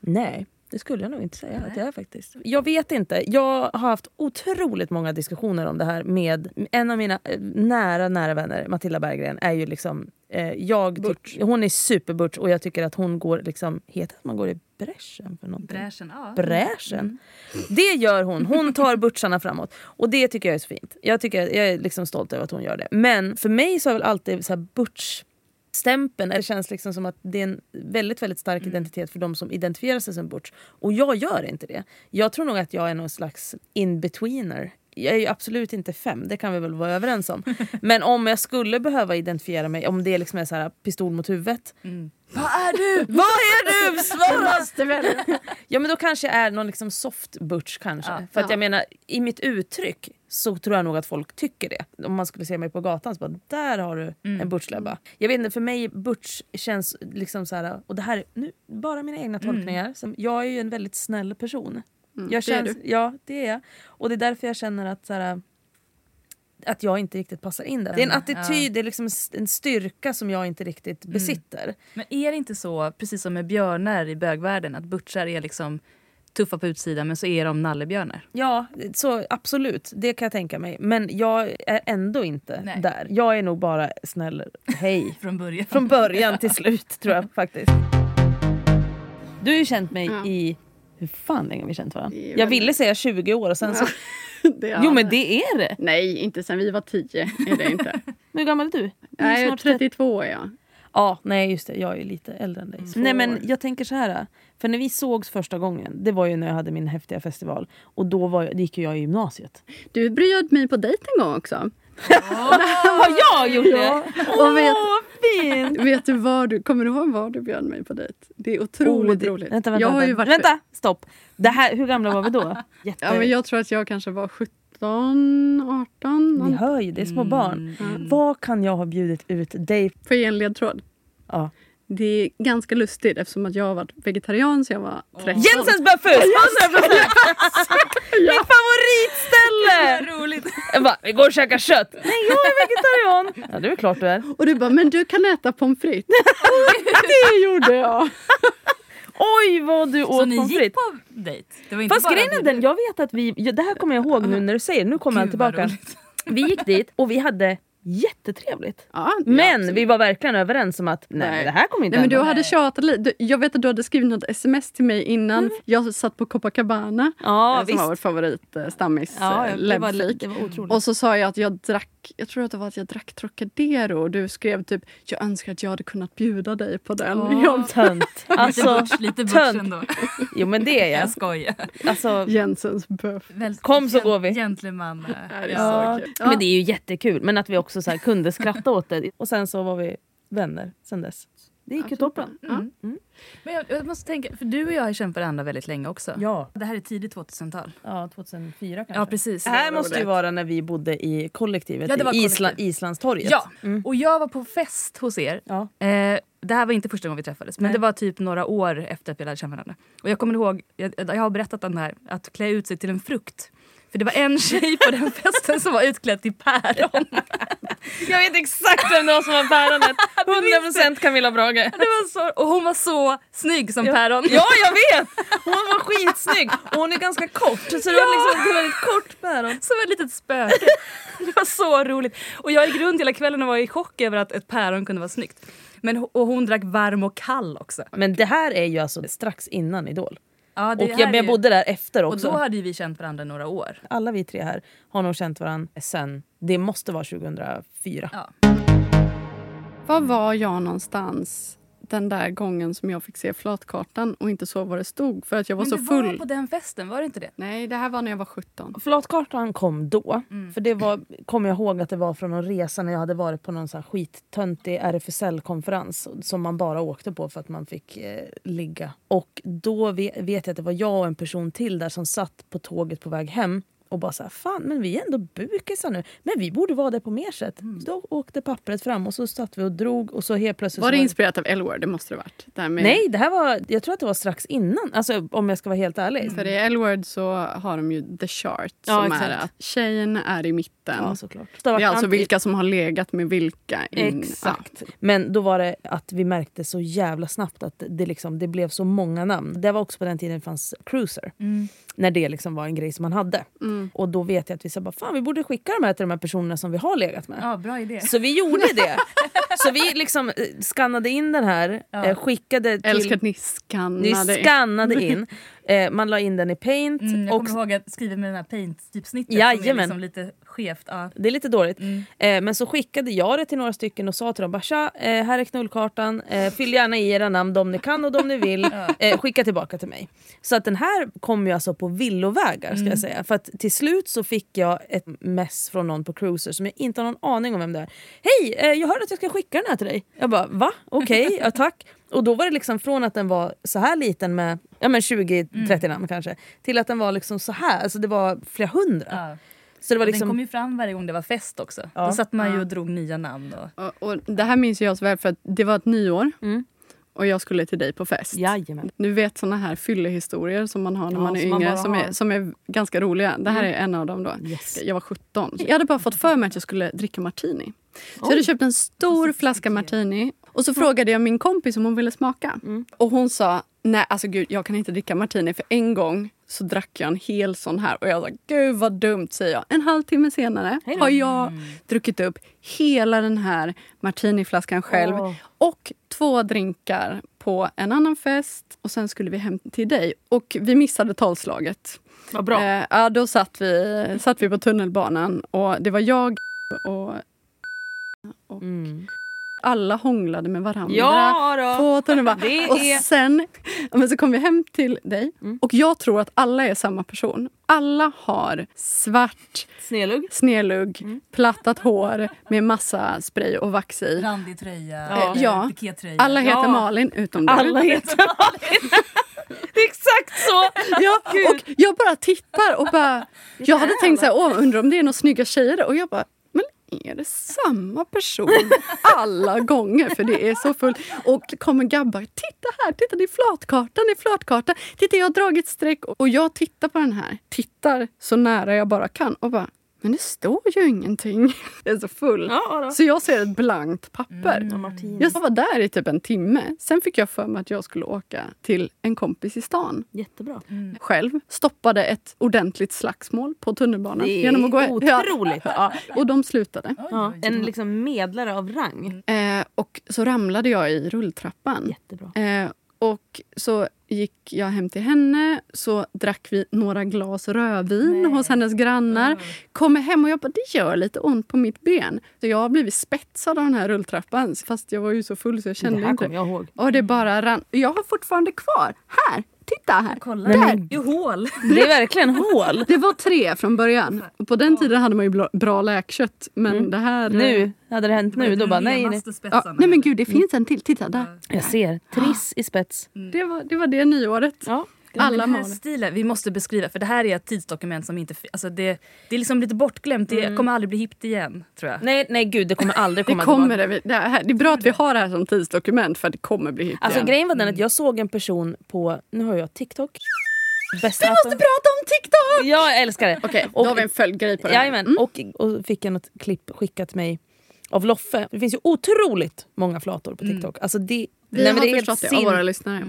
Nej, det skulle jag nog inte säga att jag är faktiskt. Jag vet inte. Jag har haft otroligt många diskussioner om det här med en av mina eh, nära, nära vänner, Matilda Berggren, är ju liksom... Eh, jag tyck- hon är superbutch och jag tycker att hon går liksom... Heter det att man går i bräschen för någonting?
Bräschen, ja.
bräschen. Det gör hon. Hon tar butcharna framåt. Och det tycker jag är så fint. Jag, tycker, jag är liksom stolt över att hon gör det. Men för mig så har väl alltid så här butch stämpeln, det känns liksom som att det är en väldigt, väldigt stark identitet för de som identifierar sig som butch. Och jag gör inte det. Jag tror nog att jag är någon slags in-betweener. Jag är ju absolut inte fem, det kan vi väl vara överens om. Men om jag skulle behöva identifiera mig, om det liksom är så här pistol mot huvudet.
Mm.
Vad är du? Vad är du? Svara!
Mm,
Ja men då kanske jag är någon liksom soft butch kanske. För att jag menar i mitt uttryck så tror jag nog att folk tycker det. Om man skulle se mig på gatan så bara där har du
Mm.
Mm.
en butchlabba. Jag vet inte för mig butch känns liksom så här och det här är nu, bara mina egna tolkningar. Som, jag är ju en väldigt snäll person. jag
Mm. det är
känns, Ja det är jag. Och det är därför jag känner att så här, att jag inte riktigt passar in där. Det är en attityd, det är liksom st- en styrka som jag inte
Mm.
riktigt besitter.
Men är det inte så, precis som med björnar i bögvärlden, att butchar är liksom tuffa på utsidan men så är de nallebjörnar?
Ja, så absolut. Det kan jag tänka mig. Men jag är ändå inte
Nej.
där. Jag är nog bara snäll. Hej.
Från början.
Från början till slut tror jag faktiskt. Du har ju känt mig
Ja.
i... Hur fan länge har vi känt varandra?
Det är
Jag
väl-
ville säga 20 år och sen så...
Det är
Jo men
det-
det är det!
Nej, inte sen vi var tio. Är det inte.
Men Hur gammal är du? Du är
Nej,
snart
32 är jag.
Ja, nej just det. Jag är ju lite äldre än dig.
Mm.
Nej men jag tänker så här. För när vi sågs första gången, det var ju när jag hade min häftiga festival. Och då var jag, gick ju jag i gymnasiet.
Du bjöd mig på dejt en gång också.
Har jag gjort det?
Ah, Och vet,
Fint!
vet du vad du, kommer du ihåg var du bjöd mig på dejt? Det är otroligt
Oh, det-
roligt.
Vänta, vänta,
jag har
vänta.
ju varit
vänta stopp. Det här, hur gamla var vi då? Jätte...
Ja, men jag tror att jag kanske var 17, 18.
Ni
någon-
hör ju, det är små barn. Vad kan jag ha bjudit ut dig?
Får jag ge en ledtråd?
Ja.
Det är ganska lustigt eftersom att jag har varit vegetarian sedan jag var 13.
Jensens buffé! Mitt favoritställe!
Roligt!
Jag bara, vi går och käkar kött. Nej, jag är vegetarian. Ja, det är väl klart du är.
Och du bara, men du kan äta pommes frites. det gjorde jag.
Oj, vad du
Så
åt
ni
pommes
gick
frites.
på dejt? Det var inte
Fast
bara
grejen är
du.
den, jag vet att vi... ja, Det här kommer jag ihåg nu när du säger det. Nu kommer
Gud,
han
vad
tillbaka.
roligt.
Vi gick dit och vi hade jättetrevligt.
Ja, det-
Men vi var verkligen överens om att nej,
Nej.
det här kommer inte
Nej, men du
hända.
hade tjatat lite. Du- Jag vet att du hade skrivit något sms till mig innan. Jag satt på Copacabana,
Mm. Ja,
eh, som var vårt favoritstammis
Ja,
ja,
det, var, det var otroligt.
Och så sa jag att jag drack, jag tror att det var att jag drack Trocadero och du skrev typ jag önskar att jag hade kunnat bjuda dig på den. Jag,
tönt.
Lite
Alltså,
butch, lite butch
tönt.
ändå.
jo men det är jag.
Jag skojar.
Alltså,
Jensens böf.
Väldigt
Kom så går vi.
Gentleman. eh,
Ja, det är
ja.
så kul.
Men det är ju jättekul. Men att vi också så här kunde skratta åt det. Och sen så var vi vänner sen dess. Det gick ju toppen.
Mm.
Mm.
Men jag, jag måste tänka, för du och jag har känt varandra väldigt länge också.
Ja.
Det här är tidigt 2000-tal.
ja, 2004 kanske.
Ja, precis.
Det här måste ju vara när vi bodde i kollektivet
Ja, det var
i Isla,
kollektiv.
Islandstorget.
Ja, och jag var på fest hos er.
Ja.
Eh, det här var inte första gången vi träffades, men det var typ några år efter att vi lärde känna varandra. Och jag kommer ihåg, jag, jag har berättat om det här, att klä ut sig till en frukt. För det var en tjej på den festen som var utklädd till päron.
Jag vet exakt vem det var som var päronet. 100% Camilla Brage.
Det var så, och hon var så snygg som päron.
Ja, jag vet! Hon var skitsnygg. Och hon är ganska kort. Så det var liksom det var ett kort päron.
Som ett litet spöke. Det var så roligt. Och jag gick runt hela kvällen och var i chock över att ett päron kunde vara snyggt. Men, ho- och hon drack varm och kall också.
Men det här är ju alltså strax innan Idol.
Ja,
Och jag, men jag bodde där efter
och
också.
då hade ju vi känt varandra några år.
Alla vi tre här har nog känt varandra sen, det måste vara 2004.
Ja.
Var var jag någonstans den där gången som jag fick se flatkartan och inte såg vad det stod för att jag var
Men
så
du
full?
var på den festen, var det inte det?
Nej, det här var när jag var 17.
Flatkartan kom då.
Mm.
För det var, kommer jag ihåg att det var från någon resa när jag hade varit på någon så här skittöntig RFSL-konferens som man bara åkte på för att man fick eh, ligga. Och då ve- vet jag att det var jag och en person till där som satt på tåget på väg hem och bara så här, fan men vi är ändå bukisar nu. Men vi borde vara där på mer sätt.
Mm.
Då åkte pappret fram och så satt vi och drog och så helt plötsligt...
Var
så
det inspirerat av L-word? Det måste det ha varit. Där med,
Nej, det här var, jag tror att det var strax innan. Alltså om jag ska vara helt ärlig.
För i L-word så har de ju the chart
Ja,
som är
exakt.
att tjejen är i mitten.
Ja, såklart.
det är alltså vilka som har legat med vilka. in-
Exakt. Men då var det att vi märkte så jävla snabbt att det, liksom, det blev så många namn. Det var också på den tiden det fanns cruiser.
Mm.
När det liksom var en grej som man hade. Och då vet jag att vi sa bara, fan vi borde skicka de här till de här personerna som vi har legat med.
Ja, bra idé.
Så vi gjorde det. Så vi liksom eh, skannade in den här, eh, skickade
Ja. Älskar
till...
att ni
Ni
skannade.
skannade in. Eh, man la in den i paint.
Mm, jag
och
kommer ihåg att skriva med den här paint-typsnittet som är
Jajamän.
liksom lite skevt. Ja.
Det är lite dåligt.
Mm.
Eh, men så skickade jag det till några stycken och sa till dem bara "Tja, eh, här är knullkartan, eh, fyll gärna i era namn de ni kan och de ni vill, eh, skicka tillbaka till mig. Så att den här kom ju alltså på villovägar
Mm.
ska jag säga. För att till slut så fick jag ett mess från någon på Cruiser som jag inte har någon aning om vem det är. Hej, eh, jag hörde att jag ska skicka den här till dig. Jag bara va? Okej, ja, tack. Och då var det liksom från att den var så här liten med ja, men
Mm.
20-30 namn kanske till att den var liksom så här, alltså det var flera hundra.
Ja.
Så det
Och
var liksom...
Den kom ju fram varje gång det var fest också.
Ja.
Då satt man ju och drog nya namn. Och...
Mm.
Och, och det här minns jag så väl för att det var ett nyår. och jag skulle till dig på fest.
Jajamän.
Du vet såna här fyllehistorier som man har när
Ja,
man är
som man
yngre
bara
som,
har. Mm.
är, som är ganska roliga. Det här är en av dem. då.
Yes.
Jag var 17. Så jag hade bara fått för mig att jag skulle dricka martini. Så jag hade köpt en stor
Alltså,
flaska martini. Och så
Mm.
frågade jag min kompis om hon ville smaka. Och hon sa nej alltså gud jag kan inte dricka martini för en gång så drack jag en hel sån här och jag sa gud vad dumt säger jag. En halvtimme senare har jag
Mm.
druckit upp hela den här martiniflaskan själv
Åh.
och två drinkar på en annan fest och sen skulle vi hem till dig och vi missade tolvslaget.
Vad bra.
Eh, ja, då satt vi, satt vi på tunnelbanan och det var jag och
Mm.
alla hånglade med varandra.
Ja då.
På tunnelbanan.
Det
Och
är-
sen ja, men så kom vi hem till dig
Mm.
och jag tror att alla är samma person. Alla har svart,
Snelugg.
snedlugg,
Mm.
plattat hår med massa spray och vax i.
Randig tröja,
Ja.
eller
Ja.
pikétröja.
Alla heter
Ja.
Malin utom du.
Alla heter Malin. Det är exakt så!
Ja, och jag bara tittar och bara... Jag hade tänkt så här, åh, undrar om det är några snygga tjejer där?" Och jag bara, men är det samma person alla gånger? För det är så fullt. Och det kommer gabbar, titta här, titta det är flatkartan, det är flatkartan. Titta jag har dragit streck. Och jag tittar på den här, tittar så nära jag bara kan och bara, men det står ju ingenting. Det är så full.
Ja, Mm. då.
Så jag ser ett blankt papper.
Martin.
Jag var där i typ en timme. Sen fick jag för mig att jag skulle åka till en kompis i stan
Jättebra.
själv stoppade ett ordentligt slagsmål på tunnelbanan.
Det är
genom att gå
otroligt.
Ja, ja, och de slutade.
Ja, en liksom medlare av rang.
Eh, och så ramlade jag i rulltrappan.
Jättebra.
Eh, och så gick jag hem till henne, så drack vi några glas rödvin hos hennes grannar.
Mm.
Kommer hem och jag bara, det gör lite ont på mitt ben. Så jag har blivit spetsad av den här rulltrappan. Fast jag var ju så full så jag kände
Det här
inte.
kommer jag ihåg.
Och det bara rann. Jag har fortfarande kvar. Här! Titta här!
Kolla, det är ju hål.
Det är verkligen hål.
Det var tre från början. Och på den tiden hade man ju bla- bra läkkött. Men det här...
Mm. Nu, hade det hänt nu, då bara nej. nej.
Renaste spetsarna.
Ja, nej men gud, det finns en till. Titta där.
Jag ser. Triss i spets.
Det var det, var det nyåret.
Ja.
Men
Alla
den här
mal.
stilen, vi måste beskriva, för det här är ett tidsdokument som inte... Alltså det, det är liksom lite bortglömt, det kommer aldrig bli hippt igen tror jag.
Nej, nej gud, det kommer aldrig
Det
komma
kommer det. vi- Det, här, det är bra att vi har det här som tidsdokument för att det kommer bli hit
Alltså
igen.
grejen var den att jag såg en person på, nu har jag TikTok. Bästa du måste
Prata om TikTok!
Ja, jag älskar det.
Okej,
Alltså. Och-
då har vi en följdgrej på det här. Mm.
Jajamän, och, och fick jag något klipp skickat till mig av Loffe. Det finns ju otroligt många flator på TikTok. Alltså det,
Mm. Vi
nej, men
har
det är helt
förstått det
sin-
av våra lyssnare.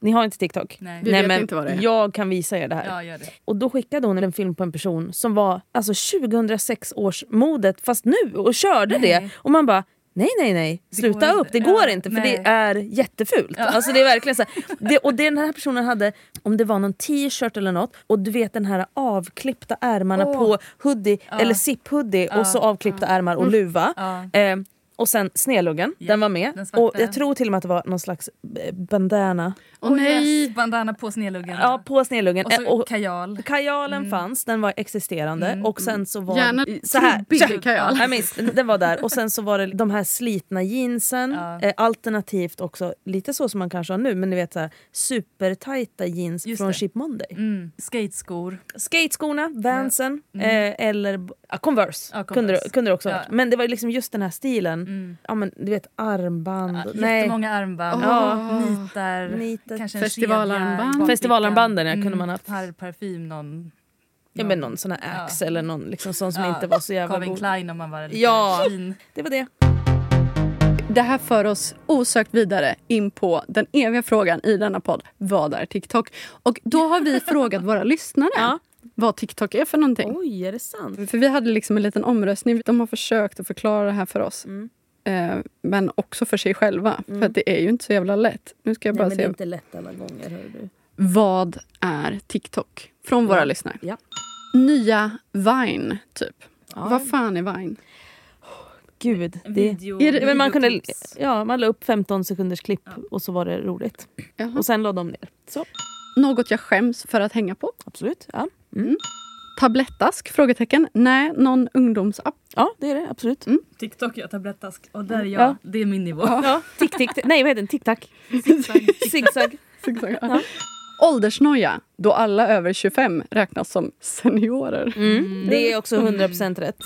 Ni har inte TikTok?
Nej.
Vi vet inte vad det är.
Jag kan visa er det här.
Ja, gör det.
Och då skickade hon en film på en person som var alltså 2006 års modet fast nu och körde det. Och man bara Nej nej nej, sluta
går
upp,
inte.
det går
Ja,
inte för
nej.
det är jättefult. Alltså det är verkligen så här. Det, och det den här personen hade, om det var någon t-shirt eller något och du vet den här avklippta ärmarna på hoodie eller zip-hoodie och så avklippta ärmar
Mm.
och luva. Eh, och sen snedluggen, den var med.
den svarta.
och jag tror till och med att det var någon slags eh, bandana.
Åh nej!
yes, bandana på snedluggen.
Ja, på snedluggen.
och
Eh,
så kajal.
Kajalen
Mm.
fanns, den var existerande och sen så var
Gärna
så här,
trubbig kajal.
Ja, I mean, den var där och sen så var det de här slitna jeansen eh, alternativt också lite så som man kanske har nu men ni vet så här supertajta jeans
Just
från
det.
Cheap Monday.
Mm, skateskor.
Skateskorna, Vansen eh, eller b- ja, Converse,
Mm. Ja,
Kunde,
Converse.
det- kunde det också ha
Ja. Mm.
varit. Men det var liksom just den här stilen. Ja, men, du vet armband. nej.
Jättemånga armband,
Ja.
nitar,
Nitar.
kanske en
Festivalarmband.
kedja i
Festivalarmbanden, ja,
bakfickan.
kunde man haft.
Par, parfym, någon
Ja, men någon sån här Axe eller någon liksom, sån som
Ja,
inte var så jävla
Calvin
god.
Klein om man var lite
Ja.
fin.
Det var det.
Det här för oss osökt vidare in på den eviga frågan i denna podd. Vad är TikTok? Och då har vi frågat våra lyssnare
Ja.
vad TikTok är för någonting.
Oj, är det sant?
För vi hade liksom en liten omröstning. De har försökt att förklara det här för oss.
Mm.
Eh, men också för sig själva.
Mm.
För att det är ju inte så jävla lätt. Nu ska jag bara se.
lätt alla gånger. Hör du.
Vad är TikTok? Från våra lyssnare.
Ja.
Nya Vine, typ. Vad fan är Vine?
Gud. Det,
Video,
Är det-
ja, men man, kunde,
videoklipp.
ja, man la upp 15 sekunders klipp och så var det roligt.
Jaha.
Och sen la de ner. Så,
Något jag skäms för att hänga på?
absolut. Ja.
Tablettask? Frågetecken. Nej, någon ungdomsapp.
ja, det är det. Absolut.
TikTok jag tablettask. Och där är jag.
Ja.
Det är min nivå.
Ja, tick, tick, tick. Nej, vad heter den? Tick-tack. Zigzag.
Ja. Åldersnoja, då alla över 25 räknas som seniorer.
Mm. Det är också 100% rätt.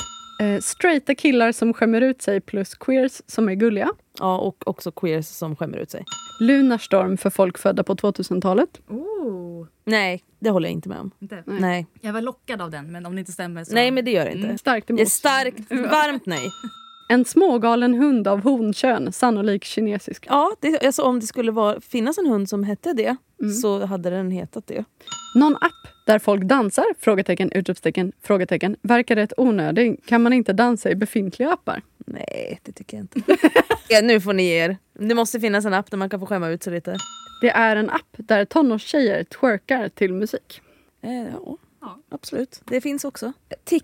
eh, straighta killar som skämmer ut sig plus queers som är gulliga.
Ja, och också queers som skämmer ut sig.
Lunarstorm för folk födda på 2000-talet.
Oh,
Nej, det håller jag inte med om.
inte.
Nej.
Nej,
Jag var lockad av den, men om det inte stämmer så...
nej men det gör det inte.
Starkt
Mm. Det är
emot.
starkt, varmt nej.
En smågalen hund av honkön, sannolik kinesisk.
Ja, det, alltså, om det skulle vara, finnas en hund som hette det så hade den hetat det.
Någon app där folk dansar? Frågetecken, utropstecken, frågetecken. Verkar rätt onödig. Kan man inte dansa i befintliga appar?
Nej, det tycker jag inte. ja, nu får ni ge er. Det måste finnas en app där man kan få skämma ut sig lite.
Det är en app där tonårstjejer twerkar till musik.
Eh, ja.
Ja.
absolut. Det finns också.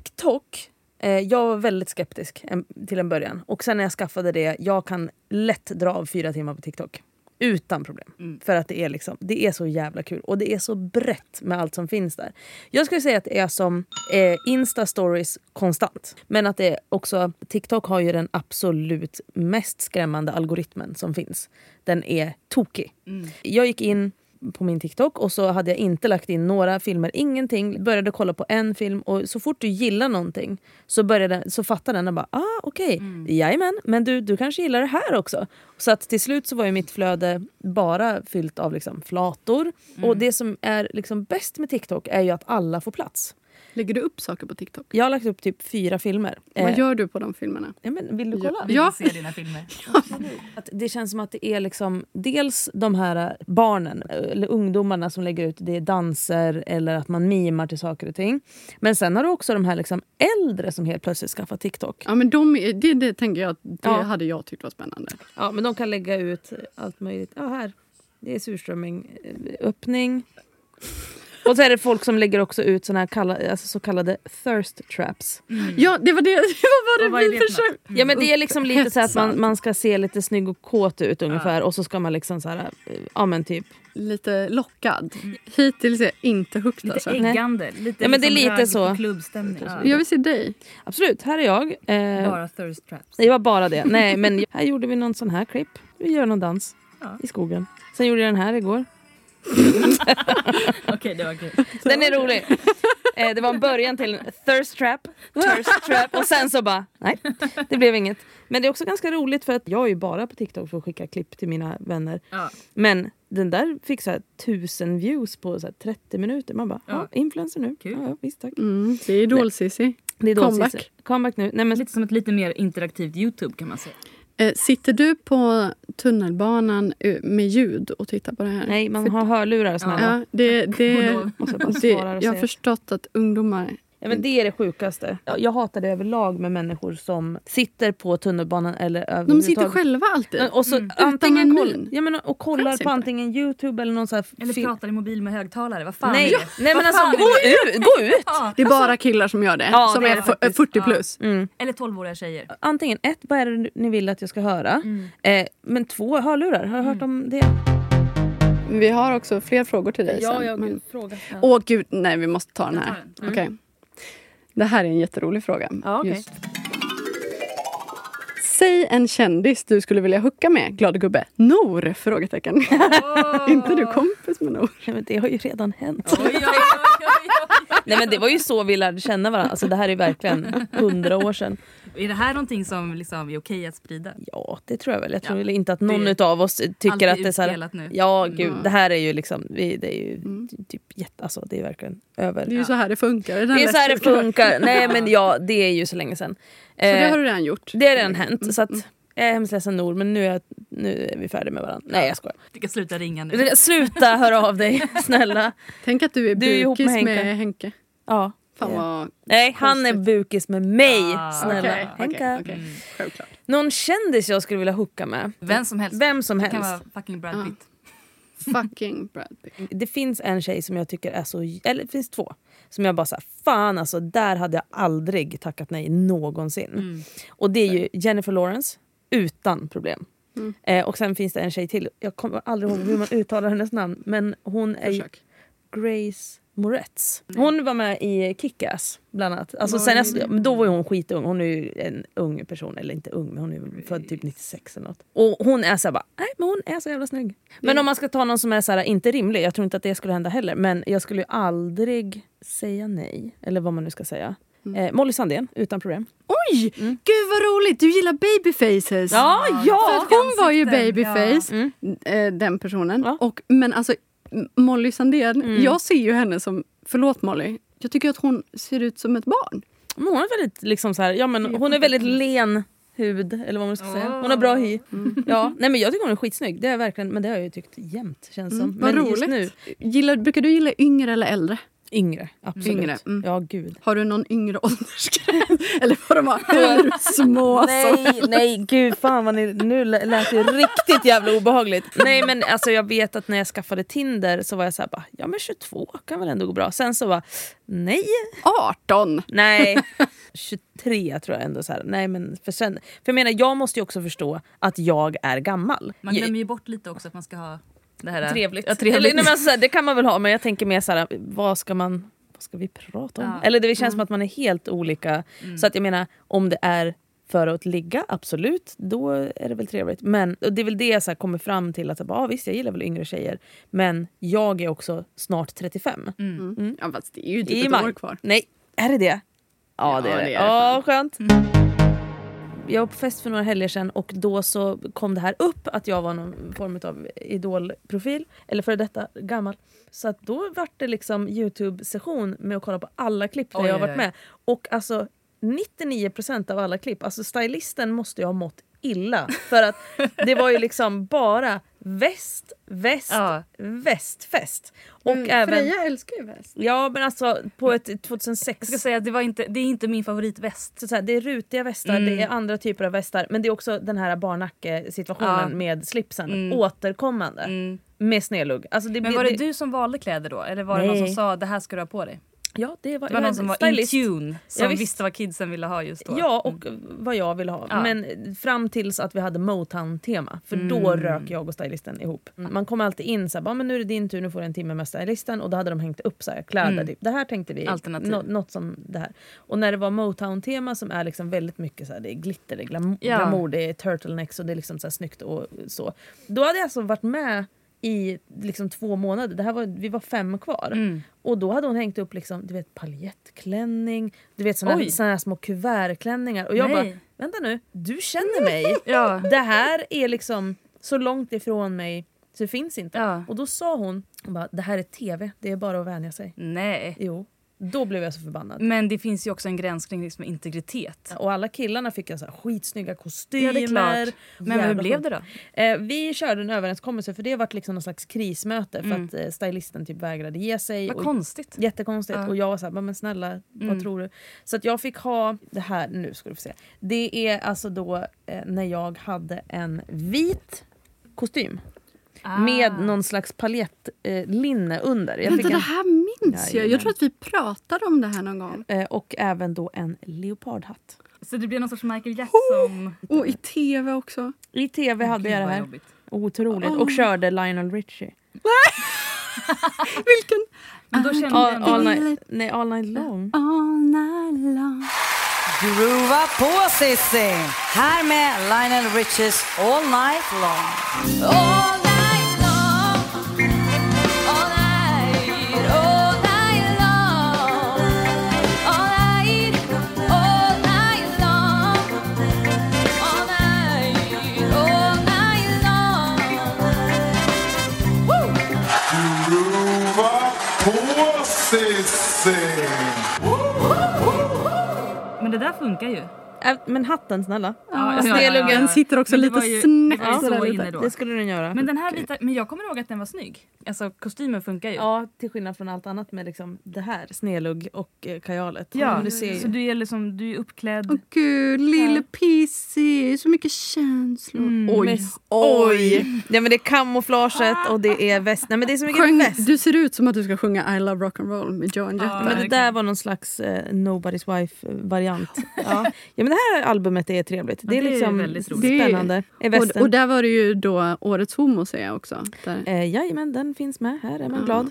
TikTok. Eh, jag var väldigt skeptisk en, till en början. Och sen när jag skaffade det, jag kan lätt dra av fyra timmar på TikTok. Utan problem.
Mm.
För att det är, liksom, det är så jävla kul. Och det är så brett med allt som finns där. Jag skulle säga att det är som eh, Insta-stories konstant. Men att det är också, TikTok har ju den absolut mest skrämmande algoritmen som finns. Den är tokig.
Mm.
Jag gick in på min TikTok och så hade jag inte lagt in några filmer, ingenting. Började kolla på en film och så fort du gillar någonting så, började, så fattar den och bara ah okej,
Mm.
jajamän, men du, du kanske gillar det här också. Så att till slut så var ju mitt flöde bara fyllt av liksom flator. Och
Mm.
det som är liksom bäst med TikTok är ju att alla får plats.
Lägger du upp saker på TikTok?
Jag har lagt upp typ fyra filmer. Eh,
Vad gör du på de filmerna?
ja, men vill du kolla?
Vi
Ja.
vill se dina filmer.
Att det känns som att det är liksom dels de här barnen eh, eller ungdomarna som lägger ut det är danser eller att man mimar till saker och ting. Men sen har du också de här liksom äldre som helt plötsligt skaffar TikTok.
Ja, men de, är- det, det tänker jag att det
Ja. Mm.
hade jag tyckt var spännande.
Ja, men de kan lägga ut allt möjligt. Ja, här. Det är surströmming eh, öppning. Och så är det folk som lägger också ut såna här kalla, alltså så kallade thirst traps.
Mm.
Ja, det var det, vad
Och
var
vad är
det
det
vi
för
försökte...
Ja men det är liksom lite så att man,
Upphetsande.
man ska se lite snygg och kåt ut ungefär och så ska man liksom så här, eh, ja men typ
Lite lockad. Hittills är jag inte hooked
Lite
alltså.
äggande. Lite,
Ja, men det är
liksom
lite
hög
så.
klubbstämning.
Jag vill se dig.
Absolut, här är jag. Eh,
Bara thirst traps.
Det var bara det. Nej, men här gjorde vi någon sån här klipp. Vi gör någon dans
Ja.
i skogen. Sen gjorde jag den här igår.
Okej, det var kul.
Den är rolig. Eh, det var en början till en thirst trap, thirst trap och sen så bara nej, det blev inget. Men det är också ganska roligt för att jag är ju bara på TikTok för att skicka klipp till mina vänner.
Ja.
Men den där fick så här tusen views på så här 30 minuter. Man bara, ja,
Ja.
influencer nu.
Kul.
Ja, ja, visst tack.
Mm, det är idol-Cissi.
Det är då
Comeback.
sist- Comeback nu. Nej, men,
Lite som ett lite mer interaktivt Youtube kan man säga.
Eh, sitter du på tunnelbanan eh, med ljud och tittar på det här?
nej, man
För-
har hörlurar och såna.
Ja, det, det,
Och då-
Och så bara
det,
svarar och
jag har
säger.
förstått att ungdomar...
Ja, men det är det sjukaste. Jag, jag hatar det överlag med människor som sitter på tunnelbanan eller
De
överhuvudtaget.
sitter själva alltid.
Och, så
en
antingen koll,
min.
ja, men, och kollar
Skäms
på
inte.
antingen Youtube eller någon sån här
Eller
fil-
pratar i mobil med högtalare. Vad fan
Nej,
är det?
nej men
Vad
alltså
fan är
gå ut! Gå ut.
Ja.
det är bara killar som gör det,
Ja,
som
det
är,
är det
fu-
faktiskt.
40
Ja.
plus.
Mm.
Eller 12-åriga tjejer.
Antingen ett, vad är det ni vill att jag ska höra? Eh, men två, hörlurar. Har jag hört om det?
Vi har också fler frågor till dig sen. men-
frågar.
Åh gud, nej vi måste ta den Mm.
tar
här. Okej. Det här är en jätterolig fråga.
Ja, okej.
Just. Säg en kändis du skulle vilja hucka med, glad gubbe. Nor? Frågetecken. inte du kompis med Nor?
Nej, men det har ju redan hänt.
Oj, oj, oj, oj,
Nej, men det var ju så vi lärde känna varandra. Alltså, det här är verkligen hundra år sedan.
oj. Är det här någonting som liksom är okej att sprida?
Ja, det tror jag väl. Jag tror
Ja,
väl inte att någon
det-
utav oss
Allt
tycker
är
att det är så här,
utspelat nu.
Ja, gud.
Mm.
Det här är ju liksom... Vi, det är ju
Mm.
typ jätte... Alltså, det är verkligen
Det
över.
är ju så här det funkar. Det,
Det är så här det funkar. Nej, men ja, det är ju så länge sedan.
Så det
Eh,
har du Mm, redan gjort.
det har redan hänt. Så att, jag är hemskt ledsen Nor, men nu är, jag, nu är vi färdiga med varandra. Nej, jag skojar.
Du kan sluta ringa nu.
Sluta höra av dig, snälla.
Tänk att du är
Du är ihop
bukis med
med
Henke.
Henke. Ja.
Fan vad...
Nej, han är
Konstigt.
bukis med mig.
Ah.
snälla.
Okej, okej,
Henka.
okej. Självklart.
Någon kändis jag skulle vilja hooka med.
Mm. Vem som helst.
Vem som
Det kan
helst.
vara fucking Brad Pitt.
Fucking Brad Pitt.
Det finns en tjej som jag tycker är så... Eller det finns två. Som jag bara såhär, fan alltså där hade jag aldrig tackat nej någonsin.
Mm.
Och det är ju Jennifer Lawrence, utan problem. Eh, och sen finns det en tjej till, jag kommer aldrig ihåg hur man uttalar hennes namn. Men hon är ju
Försök.
Grace Moretz. Hon var med i Kick-Ass bland annat. Alltså,
Vad
sen
är
jag, men då var ju hon skitung. Hon är ju en ung person, eller inte ung men hon är väl född typ 96 eller något. Och hon är såhär bara, nej men hon är så jävla snygg. Men om man ska ta någon som är såhär, inte rimlig, jag tror inte att det skulle hända heller. Men jag skulle ju Mm. aldrig säga nej, eller vad man nu ska säga. Eh, Molly Sandén, utan problem.
Oj! Gud vad roligt! Du gillar babyfaces!
Ja,
För
ja!
att hon var ju
Ansikten,
babyface,
ja.
eh, den personen.
Ja.
Och, men alltså M- Molly Sandén,
Mm.
jag ser ju henne som, förlåt Molly, jag tycker att hon ser ut som ett barn.
Men hon är väldigt liksom så här, ja men hon är väldigt len hud eller vad man ska säga. Hon har bra hy.
Mm.
Ja, nej men jag tycker hon är skitsnygg. Det är jag verkligen, men det har jag ju tyckt jämt känns som.
Mm. Vad
men
roligt.
just nu,
Gillar, brukar du gilla yngre eller äldre?
yngre. Absolut.
Yngre, mm.
Ja gud.
Har du någon yngre åldersgräns? eller var de bara hur små som...
Nej, nej gud fan vad ni, nu lä- lät det riktigt jävla obehagligt. Nej men alltså jag vet att när jag skaffade Tinder så var jag så här bara, ja men 22 kan väl ändå gå bra. Sen så bara, nej
18!
Nej. 23 tror jag ändå. Så här. Nej, men för, sen, för jag menar, jag måste ju också förstå att jag är gammal.
Man glömmer ju bort lite också att man ska ha det här...
Trevligt.
Ja, trevligt.
Eller, nej, men alltså, så här, det kan man väl ha, men jag tänker mer så här, vad ska man... Vad ska vi prata om?
Ja. Mm.
Eller det känns som att man är helt olika. Så att jag menar, om det är för att ligga, absolut, då är det väl trevligt. Men och det är väl det jag så här kommer fram till, att jag bara, ah, visst jag gillar väl yngre tjejer, men jag är också snart 35.
Mm. Ja fast det är ju
Mm. I
typ ett
maj.
år kvar.
Nej, är det det? Ja, det är
det
det.
är det
Ja, skönt. Jag var på fest för några helger sedan och då så kom det här upp att jag var någon form av idolprofil, eller före detta gammal. Så att då vart det liksom Youtube-session med att kolla på alla klipp där
Oj,
jag har
oj,
varit
oj.
med. Och alltså 99% av alla klipp, alltså stylisten måste ju ha mått illa. För att det var ju liksom bara väst, väst,
Ja.
västfest. Och
Mm.
även...
Freja älskar ju väst.
Ja men alltså på ett 2006
Jag ska säga att det, var inte, det är inte min favoritväst.
så så här, det är rutiga västar,
Mm.
det är andra typer av västar. Men det är också den här barnacke-situationen
Ja.
med slipsen.
Mm.
Återkommande.
Mm.
Med snedlugg. Alltså det,
Men
blir-
var det du som valde kläder då? Eller var det
Nej.
någon som sa det här ska du ha på dig?
Ja, det var,
Det var
jag är
någon som var
stylist.
in tune, som
visst.
visste vad kidsen ville ha just då. Mm.
Ja, och vad jag ville ha.
Ja.
Men fram tills att vi hade Motown-tema. För då
Mm.
rök jag och stylisten ihop. Man kom alltid in så här, bara, men nu är det din tur, nu får du en timme med stylisten. Och då hade de hängt upp så här, kläder.
Mm.
Typ. Det här tänkte vi,
Alternativ.
nå- något som det här. Och när det var Motown-tema som är liksom väldigt mycket så här, det är glitter, det är glam-
Ja.
glamour, det är turtlenecks och det är liksom så här, snyggt och så. Då hade jag alltså varit med i liksom två månader. Det här var, vi var fem kvar.
Mm.
Och då hade hon hängt upp liksom, du vet, paljettklänning, du vet såna,
Oj.
såna här små kuvertklänningar. Och jag
Nej.
bara, vänta nu, du känner mig.
Ja.
Det här är liksom så långt ifrån mig så det finns inte.
Ja.
Och då sa hon, hon bara, det här är tv, det är bara att vänja sig.
Nej.
Jo. Då blev jag så förbannad.
Men det finns ju också en gräns kring liksom integritet.
Och alla killarna fick jag så här skitsnygga kostymer.
Ja, det är klart. Men hur
Jävla
blev
skönt.
det då?
Eh, vi körde en överenskommelse för det vart liksom någon slags krismöte för
Mm.
att eh, stylisten typ vägrade ge sig.
Vad
och
konstigt.
Jättekonstigt.
Ja.
Och jag var såhär, men snälla vad
Mm.
tror du? Så att jag fick ha det här, nu ska du få se. Det är alltså då eh, när jag hade en vit kostym
Ah.
med någon slags paljettlinne eh, linne under. Jag fick
Vänta, det
en,
här minns jag.
Jajamän.
Jag tror att vi pratade om det här någon gång.
eh, och även då en leopardhatt.
Så det blev någon sorts Michael Jackson...
Och i tv också.
I tv hade jag det
Gud, vad
här.
jobbigt.
Otroligt. Och körde Lionel Richie.
Vilken...
Men då kände
All,
jag
all,
ändå-
night, nej, all night long.
All night long.
Groova på Sissi! Här med Lionel Richies All Night Long.
All night long All night, all night long All night, all night long All night, all night long Woo!
Groova på Sissi!
Men det där funkar ju.
Äh, men hatten snälla.
Ja, ja,
Snedluggen
ja, ja.
sitter också
Men det
lite
var ju-
snett
det var ju
sådär
så
lite.
inne då.
Det skulle den göra.
Men den här vita, men jag kommer ihåg att den var snygg. Alltså kostymen funkar ju.
Ja, till skillnad från allt annat med liksom det här. Snelugg och eh, kajalet. Men du ser ju.
Så du är liksom, du är uppklädd.
Åh gud, lille Pissi. Så mycket känslor.
Mm.
Mm.
oj,
mest-
oj.
Ja, men det är kamouflaget och det är väst. Nej, men det är så mycket
Sjöng,
väst.
du ser ut som att du ska sjunga I love rock'n'roll med Joan Jett.
Ja,
Men det där var någon slags eh, Nobody's Wife-variant. Ja. ja, men det här albumet är trevligt. Det är,
det är
liksom
väldigt roligt.
spännande. Är västen.
och, och där var det ju då Årets homo säger jag också. Där.
eh, jajamän, den finns med. Här Eh, är man glad.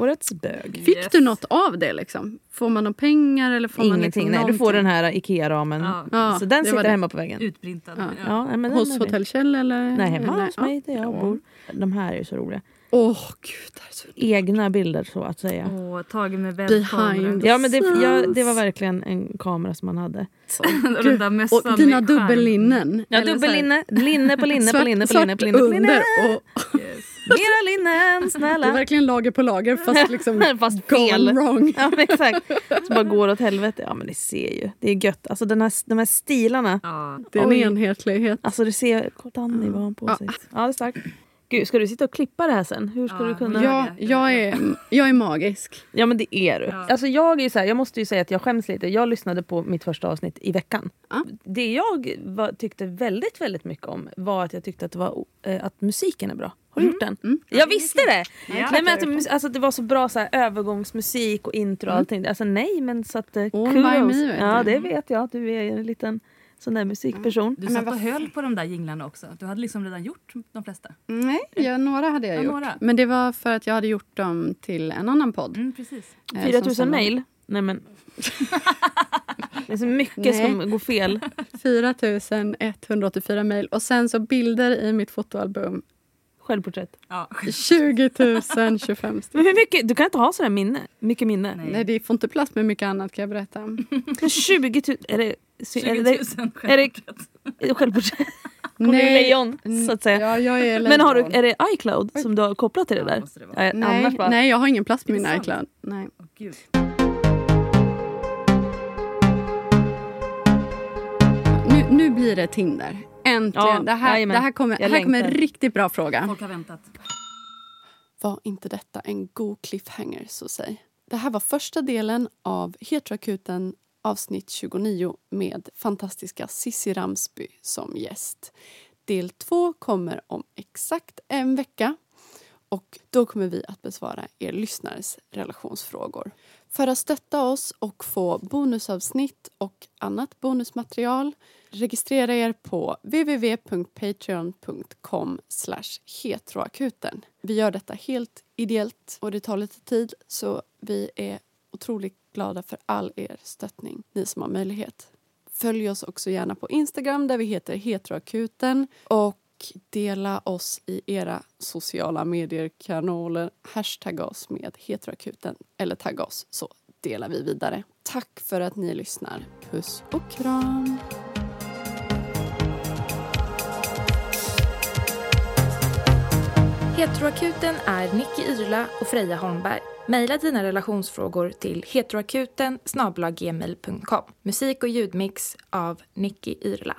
Årets bög.
Fick
Yes.
du något av det? liksom? Får man några pengar? Eller får man liksom
Ingenting. Nej, du får den
någonting?
här Ikea-ramen.
Ja.
Ja,
så den
det
sitter
var det.
hemma på väggen.
Utprintad. Ja.
Ja, nej, men den
Hos
är
Hotell Kjell? Eller?
min. Nej, hemma hos
ja.
mig där jag bor. De här är ju så roliga.
Åh, gud. Det här är så...
Egna bilder så att säga.
Och tagen med
Behind.
webbkamera.
Ja, men det, ja, det var verkligen en kamera som man hade.
Och den där mössan
Och dina
med skärm.
dubbellinnen.
Ja,
eller så här,
dubbellinne, linne på linne på
svart-
linne på
svart
linne på linne på linne.
under och-
Mera linnen,
Det är
snälla.
verkligen lager på lager fast liksom
Fast
gone
fel.
wrong.
Ja, men exakt. Så bara går åt helvete. Ja, men ni ser ju. Det är gött. Alltså den här, de här stilarna.
Ja.
Det är en
Oj.
enhetlighet.
Alltså du ser, Danny vad han på
Ja.
sig. Ja, det är starkt. Gud, ska du sitta och klippa det här sen? Hur ska
Ja,
du kunna?
hon gör-
Ja, jag är, jag är magisk.
Ja men det är du.
Ja.
Alltså jag, är ju så här, jag måste ju säga att jag skäms lite. Jag lyssnade på mitt första avsnitt i veckan.
Ja.
Det jag var, tyckte väldigt väldigt mycket om var att jag tyckte att, det var, eh, att musiken är bra. Har du gjort den? Jag visste det! Nej, men att, mus- alltså, det var så bra så här, övergångsmusik och intro och allting. Alltså nej men så att... Eh,
All by
kudos.
me, vet
ja
du.
det vet jag. Du är en liten sån där musikperson.
Du satt och höll på de där jinglarna också. Du hade liksom redan gjort de flesta.
Nej, ja, några hade jag
Ja,
gjort.
några.
Men det var för att jag hade gjort dem till en annan podd.
Mm, precis.
eh, som
4000
sen var-
mail? Nej men... det är så mycket
Nej.
som går fel.
4184 mejl och sen så bilder i mitt fotoalbum.
Självporträtt.
Ja.
20 025 stycken.
Men hur mycket, du kan inte ha sådär minne, mycket minne.
Nej.
Nej, det får inte plats med mycket annat kan jag berätta.
Men 20 000, är det, sy-
20
är
000
det, är det självporträtt? Hon är ju lejon så att säga.
Mm. Ja, jag är
Men har du,
lejon.
är det iCloud som du har kopplat till det
Ja,
där?
måste det vara.
Nej,
Nej,
Annars bara,
nej, jag har ingen plats på min
Är det sant?
iCloud. Nej.
Åh, gud.
Nu, nu blir det Tinder. Äntligen.
Ja,
det, här,
jajamän.
det här kommer,
Jag
här kommer en
längtar.
riktigt bra fråga.
Folk har väntat.
Var inte detta en god cliffhanger, så säg. Det här var första delen av Heteroakuten avsnitt 29 med fantastiska Sissi Ramsby som gäst. Del två kommer om exakt en vecka och då kommer vi att besvara er lyssnares relationsfrågor. För att stötta oss och få bonusavsnitt och annat bonusmaterial registrera er på www.patreon.com heteroakuten. Vi gör detta helt ideellt och det tar lite tid så vi är otroligt glada för all er stöttning, ni som har möjlighet. Följ oss också gärna på Instagram där vi heter heteroakuten och dela oss i era sociala medier-kanaler. Hashtagga oss med heteroakuten eller tagga oss så delar vi vidare. Tack för att ni lyssnar. Puss och kram!
Heteroakuten är Nicky Irla och Freja Holmberg. Mejla dina relationsfrågor till heteroakuten snabla-gmail.com. Musik och ljudmix av Nicky Irla.